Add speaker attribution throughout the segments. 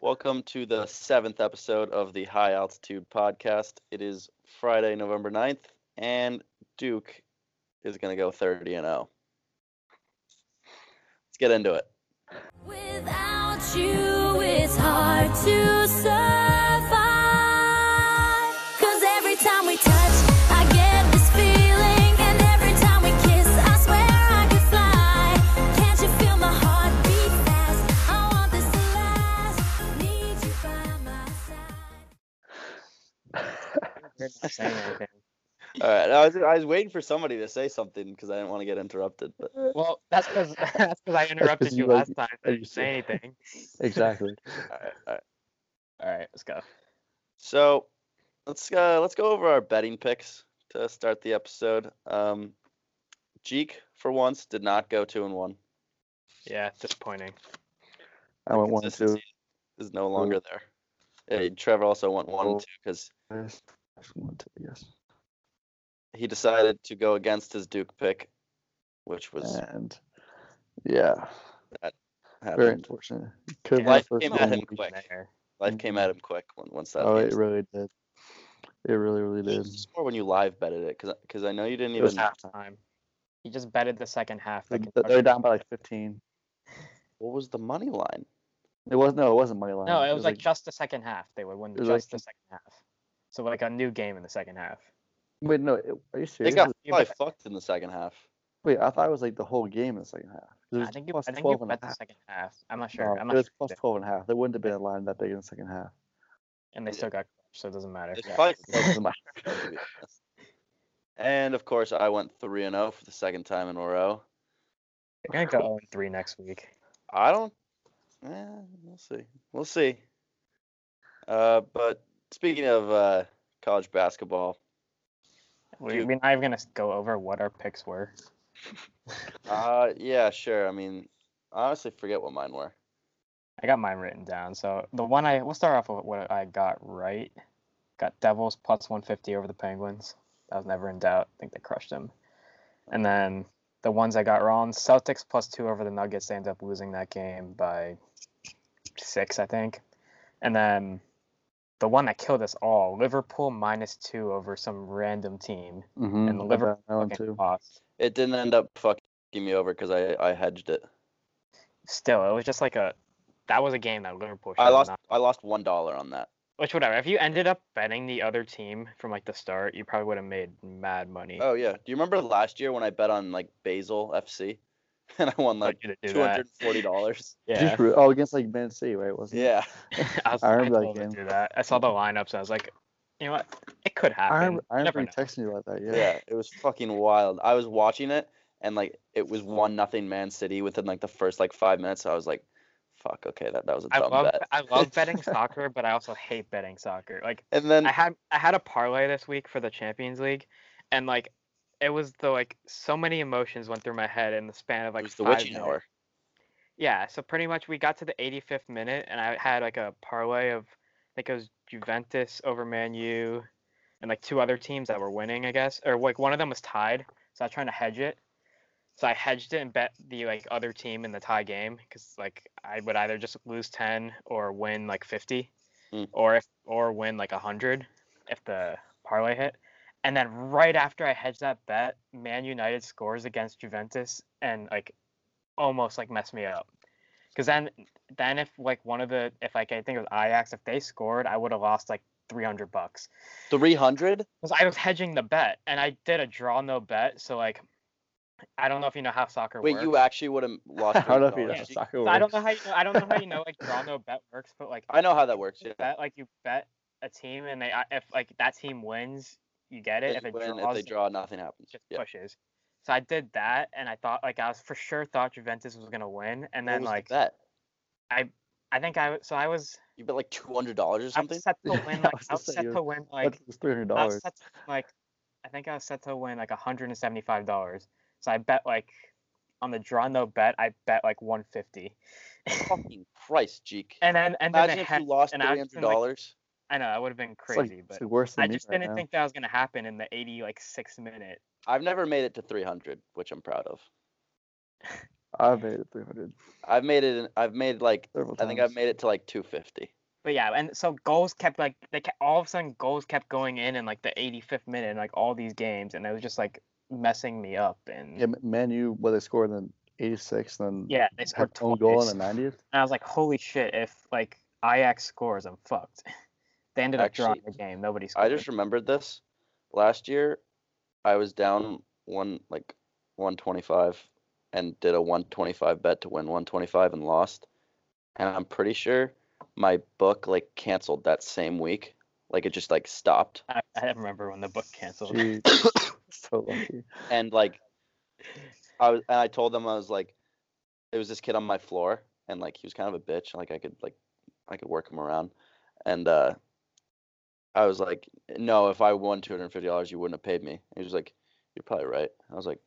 Speaker 1: Welcome to the seventh episode of the High Altitude Podcast. It is Friday, November 9th, and Duke is going to go 30 and 0. Let's get into it.
Speaker 2: Without you, it's hard to survive. Cause every time we touch, I get this feeling. And every time we kiss, I swear I could fly. Can't you feel my heart beat fast? I want this to last. Need you by my side.
Speaker 3: You're not saying anything.
Speaker 1: All right. I was, I was waiting for somebody to say something because I didn't want to get interrupted. But
Speaker 3: Well, that's because that's because I interrupted
Speaker 4: 'cause
Speaker 3: you
Speaker 4: you, like,
Speaker 3: last time.
Speaker 4: are
Speaker 3: I
Speaker 4: you
Speaker 3: didn't say anything.
Speaker 4: Exactly.
Speaker 1: all right. All right.
Speaker 3: All right, let's go.
Speaker 1: So let's uh, let's go over our betting picks to start the episode. Um, Jeek, for once, did not go two and one.
Speaker 3: Yeah, disappointing.
Speaker 4: I went one two.
Speaker 1: Consistency Is no longer there. Hey, Trevor also went one and two because
Speaker 4: Yes. One two. Yes.
Speaker 1: he decided to go against his Duke pick, which was
Speaker 4: And yeah, very
Speaker 1: happened.
Speaker 4: unfortunate. Could have
Speaker 3: Yeah,
Speaker 4: been
Speaker 1: life
Speaker 4: the first
Speaker 1: came
Speaker 4: home
Speaker 1: at him
Speaker 4: week.
Speaker 1: quick.
Speaker 3: There.
Speaker 1: Life came at him quick when, once that.
Speaker 4: Oh,
Speaker 1: game
Speaker 4: it really did. It really, really
Speaker 1: started.
Speaker 4: did.
Speaker 1: Score when you live betted it because I know you didn't
Speaker 4: It
Speaker 1: even.
Speaker 3: It was halftime. He just betted the second half. that
Speaker 4: Th- They're
Speaker 3: Kentucky-
Speaker 4: down by like 15.
Speaker 1: What was the money line?
Speaker 4: It was no, it wasn't money line.
Speaker 3: No, it was like just the second half. They would win
Speaker 4: it was
Speaker 3: just
Speaker 4: like
Speaker 3: the second half. So like a new game in the second half.
Speaker 4: wait, no, it, are you
Speaker 1: They
Speaker 4: serious?
Speaker 1: got
Speaker 4: It was-
Speaker 1: probably fucked in the second half.
Speaker 4: wait, I thought it was like the whole game in the second half. 'cause It was
Speaker 3: I think you,
Speaker 4: plus
Speaker 3: I think you
Speaker 4: 12 and a
Speaker 3: bet the
Speaker 4: half.
Speaker 3: second half. I'm not sure.
Speaker 4: No,
Speaker 3: I'm
Speaker 4: it
Speaker 3: not
Speaker 4: was
Speaker 3: sure.
Speaker 4: plus 12 and a half. There wouldn't have been a line that big in the second half.
Speaker 3: And they still got crushed, so it doesn't matter.
Speaker 1: It's
Speaker 3: Yeah.
Speaker 1: probably
Speaker 4: It doesn't matter.
Speaker 1: to be honest. And of course, I went three and zero for the second time in a row.
Speaker 3: They're gonna go 0 3 next week.
Speaker 1: I don't. Eh, we'll see. We'll see. Uh, but speaking of uh, college basketball,
Speaker 3: We,
Speaker 1: Dude.
Speaker 3: we're not even gonna go over what our picks were.
Speaker 1: uh, yeah, sure. I mean, I honestly forget what mine were.
Speaker 3: I got mine written down. So the one I we'll start off with what I got right. Got Devils plus 150 over the Penguins. That was never in doubt. I think they crushed them. And then the ones I got wrong, Celtics plus two over the Nuggets. They ended up losing that game by six, I think. And then the one that killed us all, Liverpool minus two over some random team,
Speaker 4: Mm-hmm.
Speaker 3: and the Liverpool
Speaker 4: that one
Speaker 3: fucking
Speaker 4: too.
Speaker 3: lost.
Speaker 1: It didn't end up fucking me over because I I hedged it.
Speaker 3: Still, it was just like a. That was a game that Liverpool. should
Speaker 1: I
Speaker 3: have
Speaker 1: lost
Speaker 3: not
Speaker 1: I lost one dollar on that.
Speaker 3: Which whatever. If you ended up betting the other team from like the start, you probably would have made mad money.
Speaker 1: Oh yeah. Do you remember last year when I bet on like Basel FC, and I won
Speaker 3: But
Speaker 1: like
Speaker 3: you didn't do
Speaker 1: two
Speaker 3: that.
Speaker 1: hundred forty dollars?
Speaker 4: Did you
Speaker 3: Yeah,
Speaker 4: re- oh, against like Man City, right? Wasn't it?
Speaker 1: yeah.
Speaker 3: I was
Speaker 4: I
Speaker 3: I
Speaker 4: remember that
Speaker 3: totally
Speaker 4: game.
Speaker 3: do that. I saw the lineups. And I was like, you know what? It could happen.
Speaker 4: I remember, I
Speaker 3: You
Speaker 4: remember
Speaker 3: never
Speaker 4: you
Speaker 3: know.
Speaker 4: texting you about that. Yeah.
Speaker 1: Yeah, it was fucking wild. I was watching it and like it was one nothing Man City within like the first like five minutes. So I was like, "Fuck, okay, that that was a
Speaker 3: I
Speaker 1: dumb
Speaker 3: love
Speaker 1: bet."
Speaker 3: I love betting soccer, but I also hate betting soccer. Like
Speaker 1: And then
Speaker 3: I had I had a parlay this week for the Champions League, and like it was the like so many emotions went through my head in the span of like
Speaker 1: it was the
Speaker 3: five
Speaker 1: witching
Speaker 3: minutes.
Speaker 1: hour.
Speaker 3: Yeah, so pretty much we got to the 85th minute, and I had like a parlay of, I think it was Juventus over Man U, and like two other teams that were winning, I guess, or like one of them was tied. So I was trying to hedge it. So I hedged it and bet the like other team in the tie game because like I would either just lose 10 or win like 50,
Speaker 1: Mm.
Speaker 3: or if or win like 100 if the parlay hit. And then right after I hedged that bet, Man United scores against Juventus and like almost like messed me up. Because then, then if like one of the if like I think it was Ajax, if they scored, I would have lost like three hundred bucks.
Speaker 1: Three hundred?
Speaker 3: Because I was hedging the bet, and I did a draw no bet. So like, I don't know if you know how soccer
Speaker 1: Wait,
Speaker 3: works.
Speaker 1: you actually would have lost.
Speaker 4: I don't know if you know
Speaker 1: $3.
Speaker 3: Yeah.
Speaker 4: soccer.
Speaker 3: So I
Speaker 4: words.
Speaker 3: don't know how you know. I don't know how you know like draw no bet works, but like
Speaker 1: I know how that works. Yeah.
Speaker 3: bet like you bet a team, and they if like that team wins, you get
Speaker 1: If,
Speaker 3: it. If
Speaker 1: you
Speaker 3: it
Speaker 1: win, if
Speaker 3: draws,
Speaker 1: they draw, nothing happens.
Speaker 3: it just
Speaker 1: Yeah.
Speaker 3: pushes. So I did that, and I thought like I was for sure thought Juventus was gonna win, and
Speaker 1: What
Speaker 3: then
Speaker 1: was the
Speaker 3: like
Speaker 1: bet?
Speaker 3: I think I was- so I was
Speaker 1: You bet like two hundred dollars or
Speaker 3: I
Speaker 1: something.
Speaker 3: was set to
Speaker 4: Yeah,
Speaker 3: win
Speaker 4: I
Speaker 3: like
Speaker 4: was
Speaker 3: I
Speaker 4: just
Speaker 3: was
Speaker 4: saying,
Speaker 3: set
Speaker 4: you're-
Speaker 3: to win
Speaker 4: That's
Speaker 3: like
Speaker 4: three hundred
Speaker 3: I was
Speaker 4: dollars.
Speaker 3: set to, like I think I was set to win like hundred and seventy five dollars. So I bet like on the draw no bet I bet like one fifty,
Speaker 1: Fucking Christ, Jeek.
Speaker 3: and then and then
Speaker 1: Imagine
Speaker 3: they
Speaker 1: if
Speaker 3: had-
Speaker 1: you lost
Speaker 3: and
Speaker 1: three
Speaker 3: I was
Speaker 1: hundred
Speaker 3: in, like-
Speaker 1: dollars.
Speaker 3: I know that would have been
Speaker 4: It's like-
Speaker 3: crazy,
Speaker 4: it's
Speaker 3: but
Speaker 4: like worse than
Speaker 3: I
Speaker 4: me
Speaker 3: just
Speaker 4: right
Speaker 3: didn't
Speaker 4: now.
Speaker 3: think that was gonna happen in the eighty like six minute.
Speaker 1: I've never made it to three hundred, which I'm proud of.
Speaker 4: I've made it 300.
Speaker 1: I've made it. in- I've made like.
Speaker 4: Several
Speaker 1: I
Speaker 4: times.
Speaker 1: think I've made it to like 250.
Speaker 3: But yeah, and so goals kept like they kept, all of a sudden goals kept going in in like the 85th minute in like all these games, and it was just like messing me up. And
Speaker 4: Yeah, M- Man U, well, they scored in the 86th and then
Speaker 3: yeah, they
Speaker 4: had
Speaker 3: scored
Speaker 4: own
Speaker 3: twice.
Speaker 4: goal in the 90th.
Speaker 3: And I was like, holy shit! If like Ajax scores, I'm fucked. they ended up drawing the game. Nobody scored.
Speaker 1: I just remembered this. Last year, I was down one like 125, and did a 125 bet to win 125 and lost. And I'm pretty sure my book like canceled that same week. Like it just like stopped.
Speaker 3: I, I don't remember when the book canceled.
Speaker 4: Jeez. so lucky.
Speaker 1: and like I was, and I told them I was like, it was this kid on my floor, and like he was kind of a bitch. Like I could like I could work him around, and uh, I was like, no, if I won two hundred fifty dollars, you wouldn't have paid me. And he was like, you're probably right. I was like,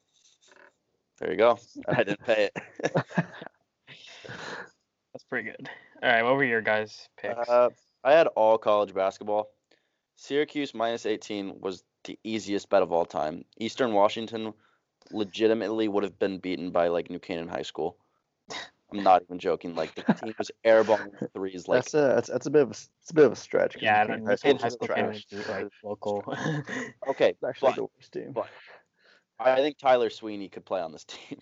Speaker 1: there you go. I didn't pay it.
Speaker 3: That's pretty good. All right, what were your guys' picks?
Speaker 1: Uh, I had all college basketball. Syracuse minus 18 was the easiest bet of all time. Eastern Washington legitimately would have been beaten by like New Canaan High School. I'm not even joking. Like the team was airballing threes. Like
Speaker 4: that's, a, that's, that's a bit of a, s- it's a bit of a stretch. 'cause
Speaker 3: yeah, I
Speaker 4: New Canaan
Speaker 3: don't, high school,
Speaker 1: is
Speaker 3: high school
Speaker 1: trash.
Speaker 3: can't beat, like local.
Speaker 1: okay,
Speaker 4: is actually
Speaker 1: but
Speaker 4: the worst team.
Speaker 1: but- I think Tyler Sweeney could play on this team.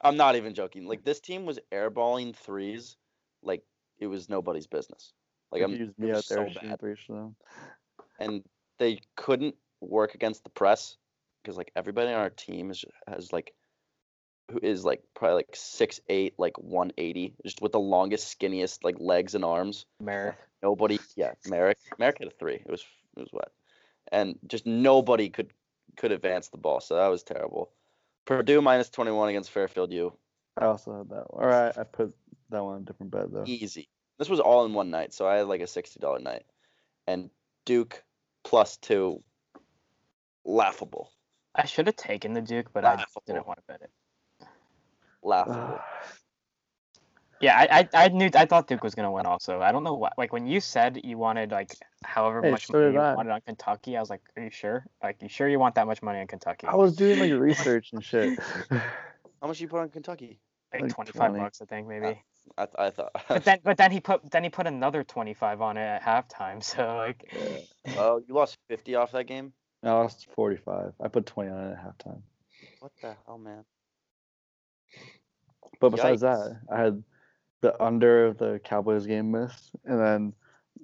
Speaker 1: I'm not even joking. Like this team was airballing threes, like it was nobody's business. Like I'm
Speaker 4: Use
Speaker 1: it
Speaker 4: me
Speaker 1: was
Speaker 4: out there
Speaker 1: so
Speaker 4: shooting
Speaker 1: bad.
Speaker 4: threes for them.
Speaker 1: and they couldn't work against the press because like everybody on our team is has like who is like probably like six eight like 180 just with the longest skinniest like legs and arms
Speaker 3: Merrick.
Speaker 1: nobody yeah merrick merrick had a three it was it was wet and just nobody could could advance the ball so that was terrible purdue minus 21 against fairfield u
Speaker 4: I also had that one. All right, I put that one on a different bed though.
Speaker 1: easy this was all in one night so i had like a $60 night and duke plus two laughable
Speaker 3: I should have taken the Duke, but I
Speaker 1: Laughable.
Speaker 3: didn't want to bet it.
Speaker 1: laughable
Speaker 4: Ugh.
Speaker 3: Yeah, I, I, I knew I thought Duke was gonna win. Also, I don't know why. Like when you said you wanted like however
Speaker 4: Hey,
Speaker 3: much
Speaker 4: so
Speaker 3: money
Speaker 4: did
Speaker 3: you
Speaker 4: I.
Speaker 3: wanted on Kentucky, I was like, are you sure? Like you sure you want that much money on Kentucky?
Speaker 4: I was doing like research and shit.
Speaker 1: How much you put on Kentucky?
Speaker 3: like
Speaker 4: like
Speaker 3: twenty five
Speaker 4: 20.
Speaker 3: bucks, I think maybe.
Speaker 1: I, th- I thought.
Speaker 3: but then but then he put then he put another twenty five on it at halftime. So like
Speaker 1: oh, you lost fifty off that game.
Speaker 4: I lost 45. I put 20 on it at halftime.
Speaker 1: What the hell, man?
Speaker 4: But besides
Speaker 1: Yikes.
Speaker 4: that, I had the under of the Cowboys game miss, and then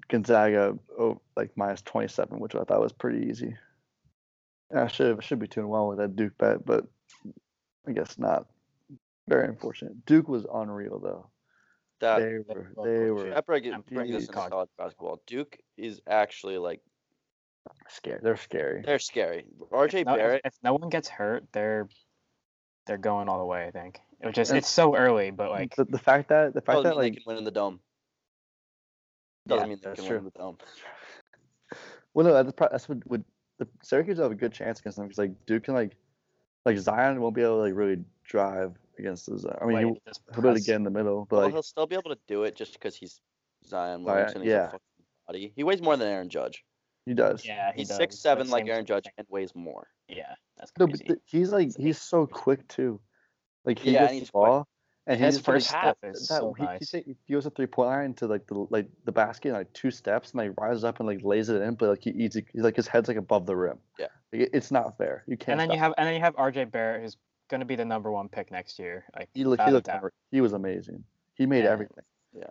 Speaker 4: Gonzaga oh, like minus 27, which I thought was pretty easy. And I should should be doing well with that Duke bet, but I guess not. Very unfortunate. Duke was unreal though.
Speaker 1: That
Speaker 4: they were
Speaker 3: well,
Speaker 4: they
Speaker 3: well,
Speaker 4: were
Speaker 1: that bring, it-
Speaker 3: I'm
Speaker 1: bring this
Speaker 4: confused.
Speaker 1: into college basketball. Duke is actually like
Speaker 4: scary. They're scary.
Speaker 1: they're scary.
Speaker 3: if
Speaker 1: RJ
Speaker 3: no, if-
Speaker 1: Barrett.
Speaker 3: If, no one gets hurt, they're they're going all the way. I think it was just
Speaker 4: And-
Speaker 3: it's so early, but like
Speaker 4: the, the fact that the fact
Speaker 1: Doesn't
Speaker 4: that
Speaker 1: mean
Speaker 4: like
Speaker 1: Oh, they can win in the dome. Doesn't
Speaker 4: Yeah,
Speaker 1: mean they
Speaker 4: that's
Speaker 1: can
Speaker 4: true.
Speaker 1: win in the dome.
Speaker 4: Well, no, that's, pro- that's what would the Syracuse have a good chance against them because like Duke can like like Zion won't be able to like really drive against his. I mean,
Speaker 3: like,
Speaker 4: he,
Speaker 3: it just
Speaker 4: he'll be able to
Speaker 3: press-
Speaker 4: get in the middle,
Speaker 1: Well,
Speaker 4: but
Speaker 1: he'll
Speaker 4: like
Speaker 1: still be able to do it just because he's Zion
Speaker 4: Zion,
Speaker 1: Williamson. He's
Speaker 4: yeah.
Speaker 1: a fucking body. He weighs more than Aaron Judge.
Speaker 4: he does.
Speaker 3: Yeah, he
Speaker 1: He's
Speaker 3: does.
Speaker 1: six
Speaker 3: That
Speaker 1: seven like
Speaker 3: seems-
Speaker 1: Aaron Judge and weighs more.
Speaker 3: Yeah, that's
Speaker 4: No,
Speaker 3: crazy.
Speaker 4: but th- he's like he's so quick too. Like he
Speaker 1: Yeah,
Speaker 4: gets
Speaker 1: and
Speaker 4: the
Speaker 1: he's quick.
Speaker 4: ball, and he
Speaker 3: His
Speaker 4: just, like,
Speaker 3: first half
Speaker 4: that-
Speaker 3: is
Speaker 4: that-
Speaker 3: so
Speaker 4: he, he
Speaker 3: nice.
Speaker 4: ta- He, goes a three point line to like the like the basket in, like two steps, and like rises up and like lays it in, but like he eats it, he's like his head's like above the rim.
Speaker 1: Yeah.
Speaker 4: like, it- it's not fair. You can't.
Speaker 3: and then you
Speaker 4: stop.
Speaker 3: have and then you have RJ Barrett who's going to be the number one pick next year. Like
Speaker 4: he looked,
Speaker 3: without
Speaker 4: he,
Speaker 3: a
Speaker 4: looked
Speaker 3: doubt.
Speaker 4: he was amazing. He made
Speaker 3: Yeah.
Speaker 4: everything.
Speaker 3: yeah.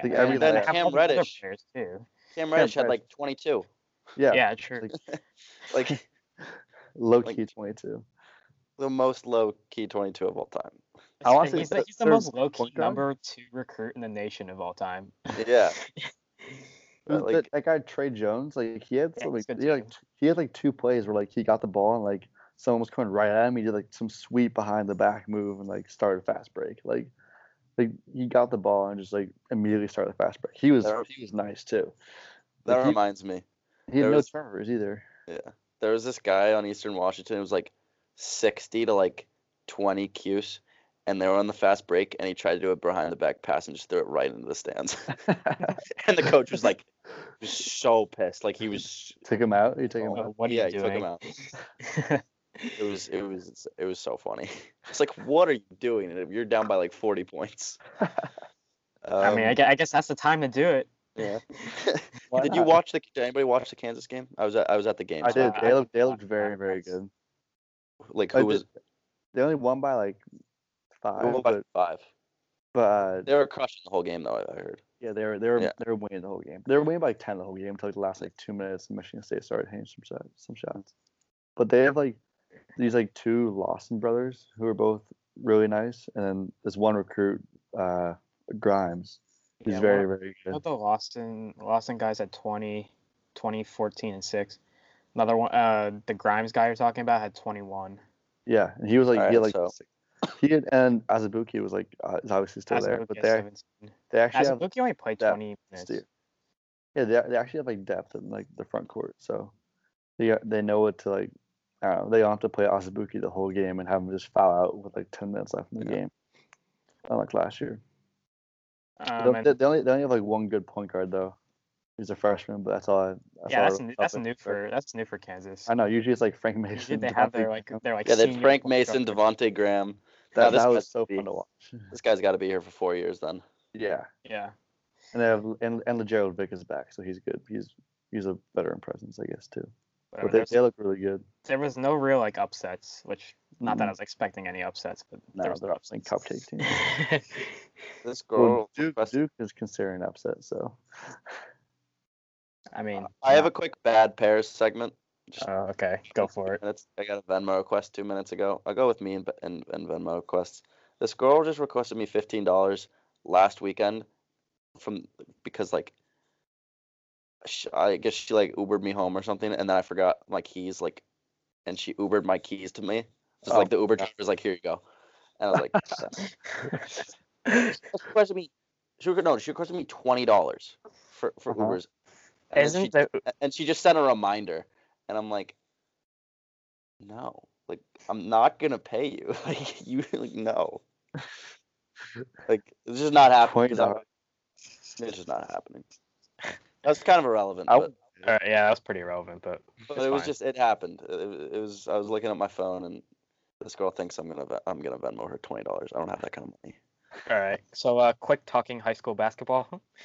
Speaker 4: think
Speaker 3: and
Speaker 4: every
Speaker 3: then
Speaker 4: player-
Speaker 3: have
Speaker 1: Cam
Speaker 3: all the other
Speaker 1: Reddish.
Speaker 3: players too.
Speaker 1: Cam Reddish had
Speaker 4: Reddish.
Speaker 1: like twenty two.
Speaker 4: Yeah,
Speaker 3: Yeah, true.
Speaker 4: like-
Speaker 1: Like
Speaker 4: low
Speaker 1: like-
Speaker 4: key twenty two.
Speaker 1: the most low key twenty two of all time.
Speaker 4: I wanna say
Speaker 3: he's,
Speaker 4: the
Speaker 3: the, he's the
Speaker 4: third
Speaker 3: most low key
Speaker 4: point guard?
Speaker 3: number two recruit in the nation of all time.
Speaker 1: Yeah. Uh,
Speaker 4: Who's
Speaker 1: like-
Speaker 4: that, that guy Trey Jones, like he had
Speaker 3: Yeah,
Speaker 4: some,
Speaker 3: he's
Speaker 4: like,
Speaker 3: good
Speaker 4: he, had, like
Speaker 3: too.
Speaker 4: t- he had like two plays where like he got the ball and like someone was coming right at him. He did like some sweep behind the back move and like started a fast break. Like like he got the ball and just like immediately started the fast break. He was
Speaker 1: There-
Speaker 4: he was nice too.
Speaker 1: That
Speaker 4: Like, he-
Speaker 1: reminds me.
Speaker 4: He had
Speaker 1: there
Speaker 4: no
Speaker 1: was-
Speaker 4: turnovers either.
Speaker 1: there was this guy on Eastern Washington who was like 60 to like 20 cues, and they were on the fast break, and he tried to do it behind the back pass and just threw it right into the stands. and the coach was like, just so pissed. Like he was,
Speaker 4: Took him out. He took him
Speaker 3: Like,
Speaker 1: Oh,
Speaker 4: out.
Speaker 3: what are
Speaker 1: yeah, he
Speaker 3: you doing?
Speaker 1: took him out. It was it was it was so funny. It's like what are you doing? And you're down by like 40 points.
Speaker 3: I mean, I
Speaker 1: Um,
Speaker 3: guess, I guess that's the time to do it.
Speaker 1: yeah.
Speaker 4: Why
Speaker 1: did you
Speaker 4: not?
Speaker 1: watch the? Did anybody watch the Kansas game? I was at, I was at the game.
Speaker 4: I
Speaker 1: so,
Speaker 4: did. They looked they looked
Speaker 3: I-
Speaker 4: very very
Speaker 3: that's-
Speaker 4: good.
Speaker 1: Like
Speaker 4: I
Speaker 1: who was
Speaker 4: did. They only won by like five,
Speaker 1: who won by
Speaker 4: but,
Speaker 1: five?
Speaker 4: but uh,
Speaker 1: They were crushing the whole game though. I I heard.
Speaker 4: yeah, they were they were
Speaker 1: Yeah.
Speaker 4: they were winning the whole game. They were winning by like ten the whole game until like, the last like two minutes. And Michigan State started hitting some shots, some shots. But they have like these like two Lawson brothers who are both really nice, and then this one recruit, uh, Grimes, who's
Speaker 3: Yeah,
Speaker 4: very
Speaker 3: what-
Speaker 4: very good.
Speaker 3: What the Lawson Lawson guys had 20, 20, 14, and six. Another one, uh, the Grimes guy you're talking about had 21.
Speaker 4: Yeah, and he was like he had
Speaker 1: Alright,
Speaker 4: like he had, and Azubuki was like uh, is obviously still there,
Speaker 3: Asabuki
Speaker 4: but
Speaker 3: had
Speaker 4: they
Speaker 3: 17.
Speaker 4: they actually have
Speaker 3: Asabuki only played
Speaker 4: depth,
Speaker 3: 20 minutes.
Speaker 4: Steer. Yeah, they, they actually have like depth in like the front court, so they they know what to like. I don't know, they don't have to play Azubuki the whole game and have him just foul out with like ten minutes left in the
Speaker 1: Yeah.
Speaker 4: game, unlike last year.
Speaker 3: Um,
Speaker 4: they,
Speaker 3: and-
Speaker 4: they, they only they only have like one good point guard though. He's a freshman, but that's all. I, that's all I
Speaker 3: yeah, that's
Speaker 4: really
Speaker 3: new,
Speaker 4: saw
Speaker 3: that's
Speaker 4: of it.
Speaker 3: new for that's new for Kansas.
Speaker 4: I know. Usually it's like Frank
Speaker 3: Usually
Speaker 4: Mason.
Speaker 3: they have their
Speaker 4: Devontae
Speaker 3: like
Speaker 4: Graham.
Speaker 3: their like
Speaker 1: yeah, they
Speaker 3: senior
Speaker 1: had Frank Mason,
Speaker 3: construction.
Speaker 1: Devonte Graham.
Speaker 4: that,
Speaker 1: now this
Speaker 4: that was
Speaker 1: must
Speaker 4: so
Speaker 1: be-
Speaker 4: fun to watch.
Speaker 1: This guy's got to be here for four years then.
Speaker 4: Yeah.
Speaker 3: Yeah,
Speaker 4: And they have and and Gerald Vick is back, so he's good. He's he's a veteran presence, I guess, too.
Speaker 3: whatever.
Speaker 4: But they,
Speaker 3: There's-
Speaker 4: they look really good.
Speaker 3: there was no real like upsets, which not that I
Speaker 4: Mm,
Speaker 3: was expecting any upsets, but there
Speaker 4: no,
Speaker 3: was
Speaker 4: they're obviously cupcake team.
Speaker 1: This
Speaker 4: Well,
Speaker 1: girl.
Speaker 4: Duke,
Speaker 1: requested-
Speaker 4: Duke is considering upset, so
Speaker 3: I
Speaker 4: Uh,
Speaker 3: mean,
Speaker 1: I have a
Speaker 3: not-
Speaker 1: quick bad pairs segment.
Speaker 3: Oh, okay, go for it.
Speaker 1: Minutes. I got a Venmo request two minutes ago. I'll go with me and, and, and Venmo requests. This girl just requested me fifteen dollars last weekend from because like sh I guess she like Ubered me home or something, and then I forgot my keys like, and she Ubered my keys to me. It's
Speaker 4: Oh,
Speaker 1: like the Uber
Speaker 4: yeah.
Speaker 1: driver's like, here you go, and I was like, "Thanks." she requested me. She requ- no, she requested me twenty dollars for for
Speaker 4: Uh-huh.
Speaker 1: Ubers. And then she
Speaker 3: Isn't there?
Speaker 1: a- and she just sent a reminder and i'm like no like i'm not gonna pay you like you like no like it's just not happening 'cause I'm-
Speaker 4: $20.
Speaker 1: it's just not happening that's kind of irrelevant
Speaker 4: I
Speaker 1: but,
Speaker 3: Uh, yeah, that was pretty relevant, but
Speaker 1: but
Speaker 3: it's
Speaker 1: it was
Speaker 3: fine.
Speaker 1: just it happened it, it- it was i was looking at my phone and this girl thinks i'm gonna Ve- i'm gonna venmo her $20 i don't have that kind of money
Speaker 3: all right. So, uh, quick talking high school basketball.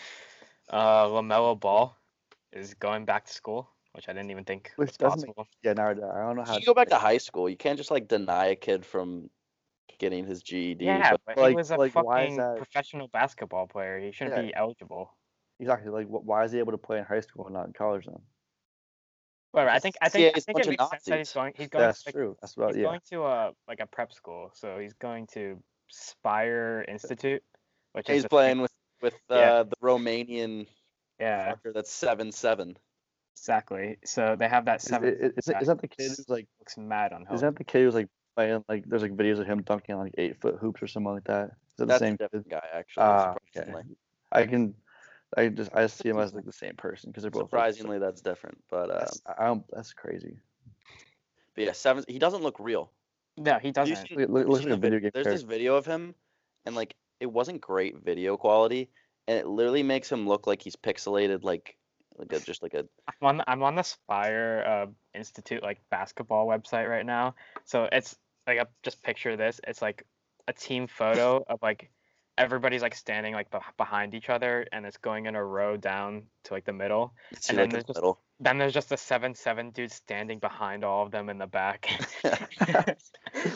Speaker 3: Uh, Lamelo Ball is going back to school, which I didn't even think
Speaker 4: Which
Speaker 3: was
Speaker 4: doesn't make-
Speaker 3: possible.
Speaker 4: yeah, now I don't know how.
Speaker 1: you go back to high school you can't just like deny a kid from getting his E ged
Speaker 3: Yeah,
Speaker 1: but
Speaker 3: but
Speaker 4: like-
Speaker 3: he was a
Speaker 4: like, why is
Speaker 3: fucking
Speaker 4: that-
Speaker 3: professional basketball player. He shouldn't
Speaker 4: Yeah.
Speaker 3: be eligible.
Speaker 4: exactly like wh- why is he able to play in high school and not in college then?
Speaker 3: Whatever. I think I
Speaker 1: Yeah,
Speaker 3: think, I
Speaker 1: he's a
Speaker 3: think it
Speaker 1: bunch
Speaker 3: makes
Speaker 1: of
Speaker 3: sense that he's
Speaker 1: Nazis.
Speaker 3: going. He's going.
Speaker 4: That's
Speaker 3: to, like,
Speaker 4: true. That's about
Speaker 3: he's
Speaker 4: yeah.
Speaker 3: going to a like a prep school, so he's going to Spire Institute, which is
Speaker 1: he's
Speaker 3: just-
Speaker 1: playing with with uh,
Speaker 3: Yeah.
Speaker 1: the romanian
Speaker 3: Yeah,
Speaker 1: Fucker, that's seven seven.
Speaker 3: exactly. So they have that
Speaker 4: Is,
Speaker 3: seven.
Speaker 4: is, is,
Speaker 3: that
Speaker 4: is that the kid who's like?
Speaker 3: looks mad on
Speaker 4: Is
Speaker 3: Hope.
Speaker 4: that the kid who's like playing like? There's like videos of him dunking on like eight foot hoops or something like that. Is that the
Speaker 1: That's a
Speaker 4: same kid?
Speaker 1: different guy, actually.
Speaker 4: Ah, okay.
Speaker 1: surprisingly,
Speaker 4: I can, I just I see him as like the same person because they're both like, so-
Speaker 1: surprisingly that's different. But, uh,
Speaker 4: That's, I don't, that's crazy.
Speaker 1: but yeah, seven. He doesn't look real.
Speaker 3: No, he
Speaker 1: Have you
Speaker 3: doesn't.
Speaker 1: seen-
Speaker 4: Look,
Speaker 1: have
Speaker 4: look,
Speaker 1: you
Speaker 4: looks
Speaker 1: seen
Speaker 4: like
Speaker 1: the
Speaker 4: a
Speaker 1: vid-
Speaker 4: video game
Speaker 1: There's
Speaker 4: character.
Speaker 1: this video of him, and like it wasn't great video quality, and it literally makes him look like he's pixelated, like like a, just like a.
Speaker 3: I'm on the, I'm on the Spire uh, Institute like basketball website right now. So it's like I just picture this. It's like a team photo of like everybody's like standing like beh behind each other, and it's going in a row down to like the middle.
Speaker 1: See, like
Speaker 3: And then
Speaker 1: in
Speaker 3: there's
Speaker 1: the
Speaker 3: just-
Speaker 1: middle.
Speaker 3: Then there's just a seven seven dude standing behind all of them in the back.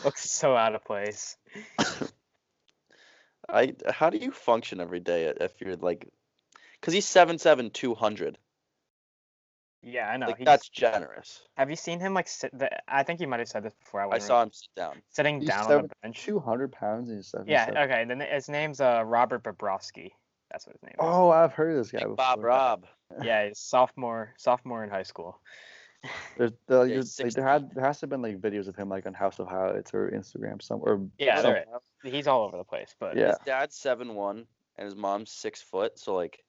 Speaker 3: Looks so out of place.
Speaker 1: I how do you function every day if you're like, because he's seven seven two hundred.
Speaker 3: Yeah, I know.
Speaker 1: like
Speaker 3: he's-
Speaker 1: that's generous.
Speaker 3: Have you seen him like sit? The, I think you might have said this before. I,
Speaker 1: I
Speaker 3: wasn't
Speaker 1: saw him sit down.
Speaker 3: sitting
Speaker 4: He's
Speaker 3: down on
Speaker 4: seven-
Speaker 3: the bench.
Speaker 4: Two hundred pounds and he's seven.
Speaker 3: Yeah,
Speaker 4: seven.
Speaker 3: okay. Then his name's uh Robert Bobrovsky. That's what his name is.
Speaker 4: Oh, I've heard of this guy
Speaker 1: Big
Speaker 4: before.
Speaker 1: Bob Rob.
Speaker 3: Yeah, he's sophomore sophomore in high school.
Speaker 4: There's, there, like,
Speaker 1: Yeah,
Speaker 4: there's- like,
Speaker 1: 16.
Speaker 4: there had there has to have been like videos of him like on House of Highlights or Instagram somewhere. or
Speaker 3: Yeah,
Speaker 4: some-
Speaker 3: there is. He's all over the place, but
Speaker 4: yeah.
Speaker 1: his dad's seven one and his mom's six foot, so like,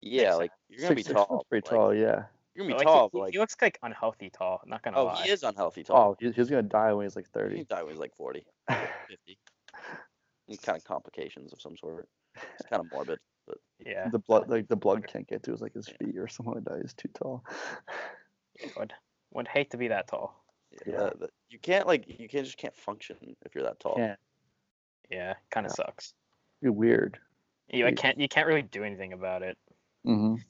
Speaker 1: yeah,
Speaker 3: sense.
Speaker 1: like you're gonna
Speaker 4: Six-
Speaker 1: be
Speaker 4: six foot's
Speaker 1: tall.
Speaker 4: Pretty
Speaker 1: like,
Speaker 4: tall, yeah.
Speaker 1: You're gonna
Speaker 3: but,
Speaker 1: be
Speaker 3: like, he-
Speaker 1: tall.
Speaker 3: he,
Speaker 1: but, like,
Speaker 3: he looks like unhealthy tall. Not gonna
Speaker 1: oh,
Speaker 3: lie.
Speaker 1: he is unhealthy tall.
Speaker 4: Oh, he, he's gonna die when he's like
Speaker 1: He
Speaker 4: Oh, thirty.
Speaker 1: died when he was like 40, 50. kind of complications of some sort. It's kind of morbid.
Speaker 3: Yeah.
Speaker 4: the blood like the blood can't get to his like his feet or something like that. He's too tall.
Speaker 3: Would would hate to be that tall.
Speaker 4: Yeah.
Speaker 1: the- the- you can't like you can't just can't function if you're that tall.
Speaker 4: Can't.
Speaker 3: Yeah, kind
Speaker 4: Yeah.
Speaker 3: of sucks.
Speaker 4: Be weird.
Speaker 3: You I
Speaker 4: Yeah.
Speaker 3: can't you can't really do anything about it.
Speaker 4: Mm-hmm.
Speaker 1: You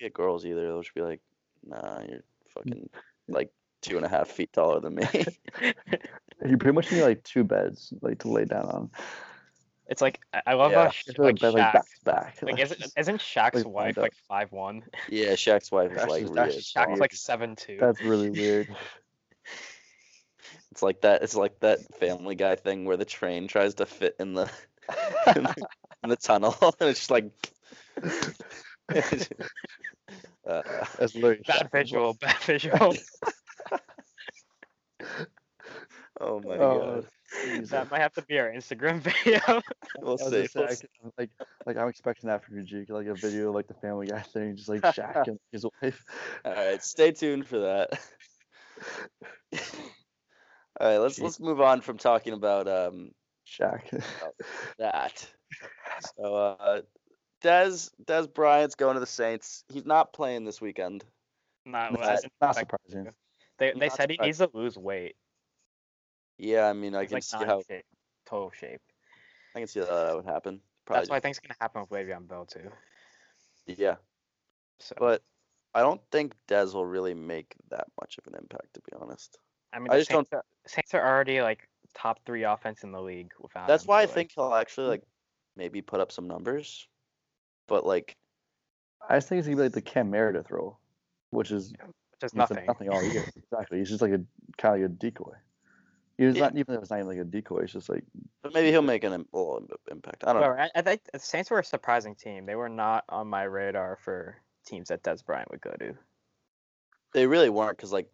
Speaker 1: get girls either. They'll just be like, nah, you're fucking like two and a half feet taller than me.
Speaker 4: You pretty much need like two beds like to lay down on.
Speaker 3: It's like I- I love
Speaker 1: Yeah.
Speaker 3: how Sh-
Speaker 4: It's
Speaker 3: like
Speaker 4: bed, like
Speaker 3: Shaq.
Speaker 4: back to back.
Speaker 3: Like
Speaker 4: That's
Speaker 3: isn't
Speaker 4: just-
Speaker 3: isn't Shaq's
Speaker 4: like,
Speaker 3: wife
Speaker 4: lined up.
Speaker 3: like five one?
Speaker 1: yeah, Shaq's wife is
Speaker 4: That's
Speaker 1: like
Speaker 4: just-
Speaker 1: weird.
Speaker 4: that's just
Speaker 3: Shaq's
Speaker 1: tall.
Speaker 3: like seven two.
Speaker 4: that's really weird.
Speaker 1: It's like that. It's like that Family Guy thing where the train tries to fit in the in the, in the tunnel, and it's just like. uh,
Speaker 4: That's literally
Speaker 3: Bad
Speaker 4: Shaq's
Speaker 3: visual, bad visual.
Speaker 1: oh my
Speaker 4: Oh,
Speaker 1: god.
Speaker 4: Jesus.
Speaker 3: that might have to be our Instagram video.
Speaker 1: We'll
Speaker 4: I was
Speaker 1: see. We'll
Speaker 4: gonna say, I
Speaker 1: see.
Speaker 4: could- like, like I'm expecting that from you, Jake. Like a video, like the Family Guy thing, just like Shaq and his wife.
Speaker 1: All right, stay tuned for that. All right, let's let's move on from talking about um,
Speaker 4: Shaq.
Speaker 1: that. So uh Des Des Bryant's going to the Saints. He's not playing this weekend.
Speaker 3: Not,
Speaker 4: Not-
Speaker 3: wasn't
Speaker 4: Not
Speaker 3: expect-
Speaker 4: surprising.
Speaker 3: They, they
Speaker 1: not
Speaker 3: said he
Speaker 1: surprised.
Speaker 3: needs to lose weight.
Speaker 1: Yeah, I mean I
Speaker 3: He's
Speaker 1: can
Speaker 3: like
Speaker 1: see
Speaker 3: not
Speaker 1: how
Speaker 3: in shape, total shape.
Speaker 1: I can see how that would happen. Probably
Speaker 3: That's what I think is gonna happen with Le'Veon Bell too.
Speaker 1: just- yeah.
Speaker 3: So
Speaker 1: But I don't think Des will really make that much of an impact to be honest.
Speaker 3: I mean,
Speaker 1: I
Speaker 3: the
Speaker 1: just don't-
Speaker 3: Saints, are, Saints are already like top three offense in the league without.
Speaker 1: That's
Speaker 3: him,
Speaker 1: why I
Speaker 3: so, like,
Speaker 1: think he'll actually like maybe put up some numbers. But like
Speaker 4: I just think it's gonna be like the Cam Meredith role, which is
Speaker 3: just
Speaker 4: he's done
Speaker 3: nothing.
Speaker 4: nothing all year. exactly. He's just like a kind of like a decoy. He was
Speaker 1: Yeah.
Speaker 4: not even. It was not even like a decoy. It's just like
Speaker 1: but maybe he'll make an im- a little im- impact. I don't know.
Speaker 3: However, I, I think the Saints were a surprising team. They were not on my radar for teams that Des Bryant would go to.
Speaker 1: They really weren't cuz like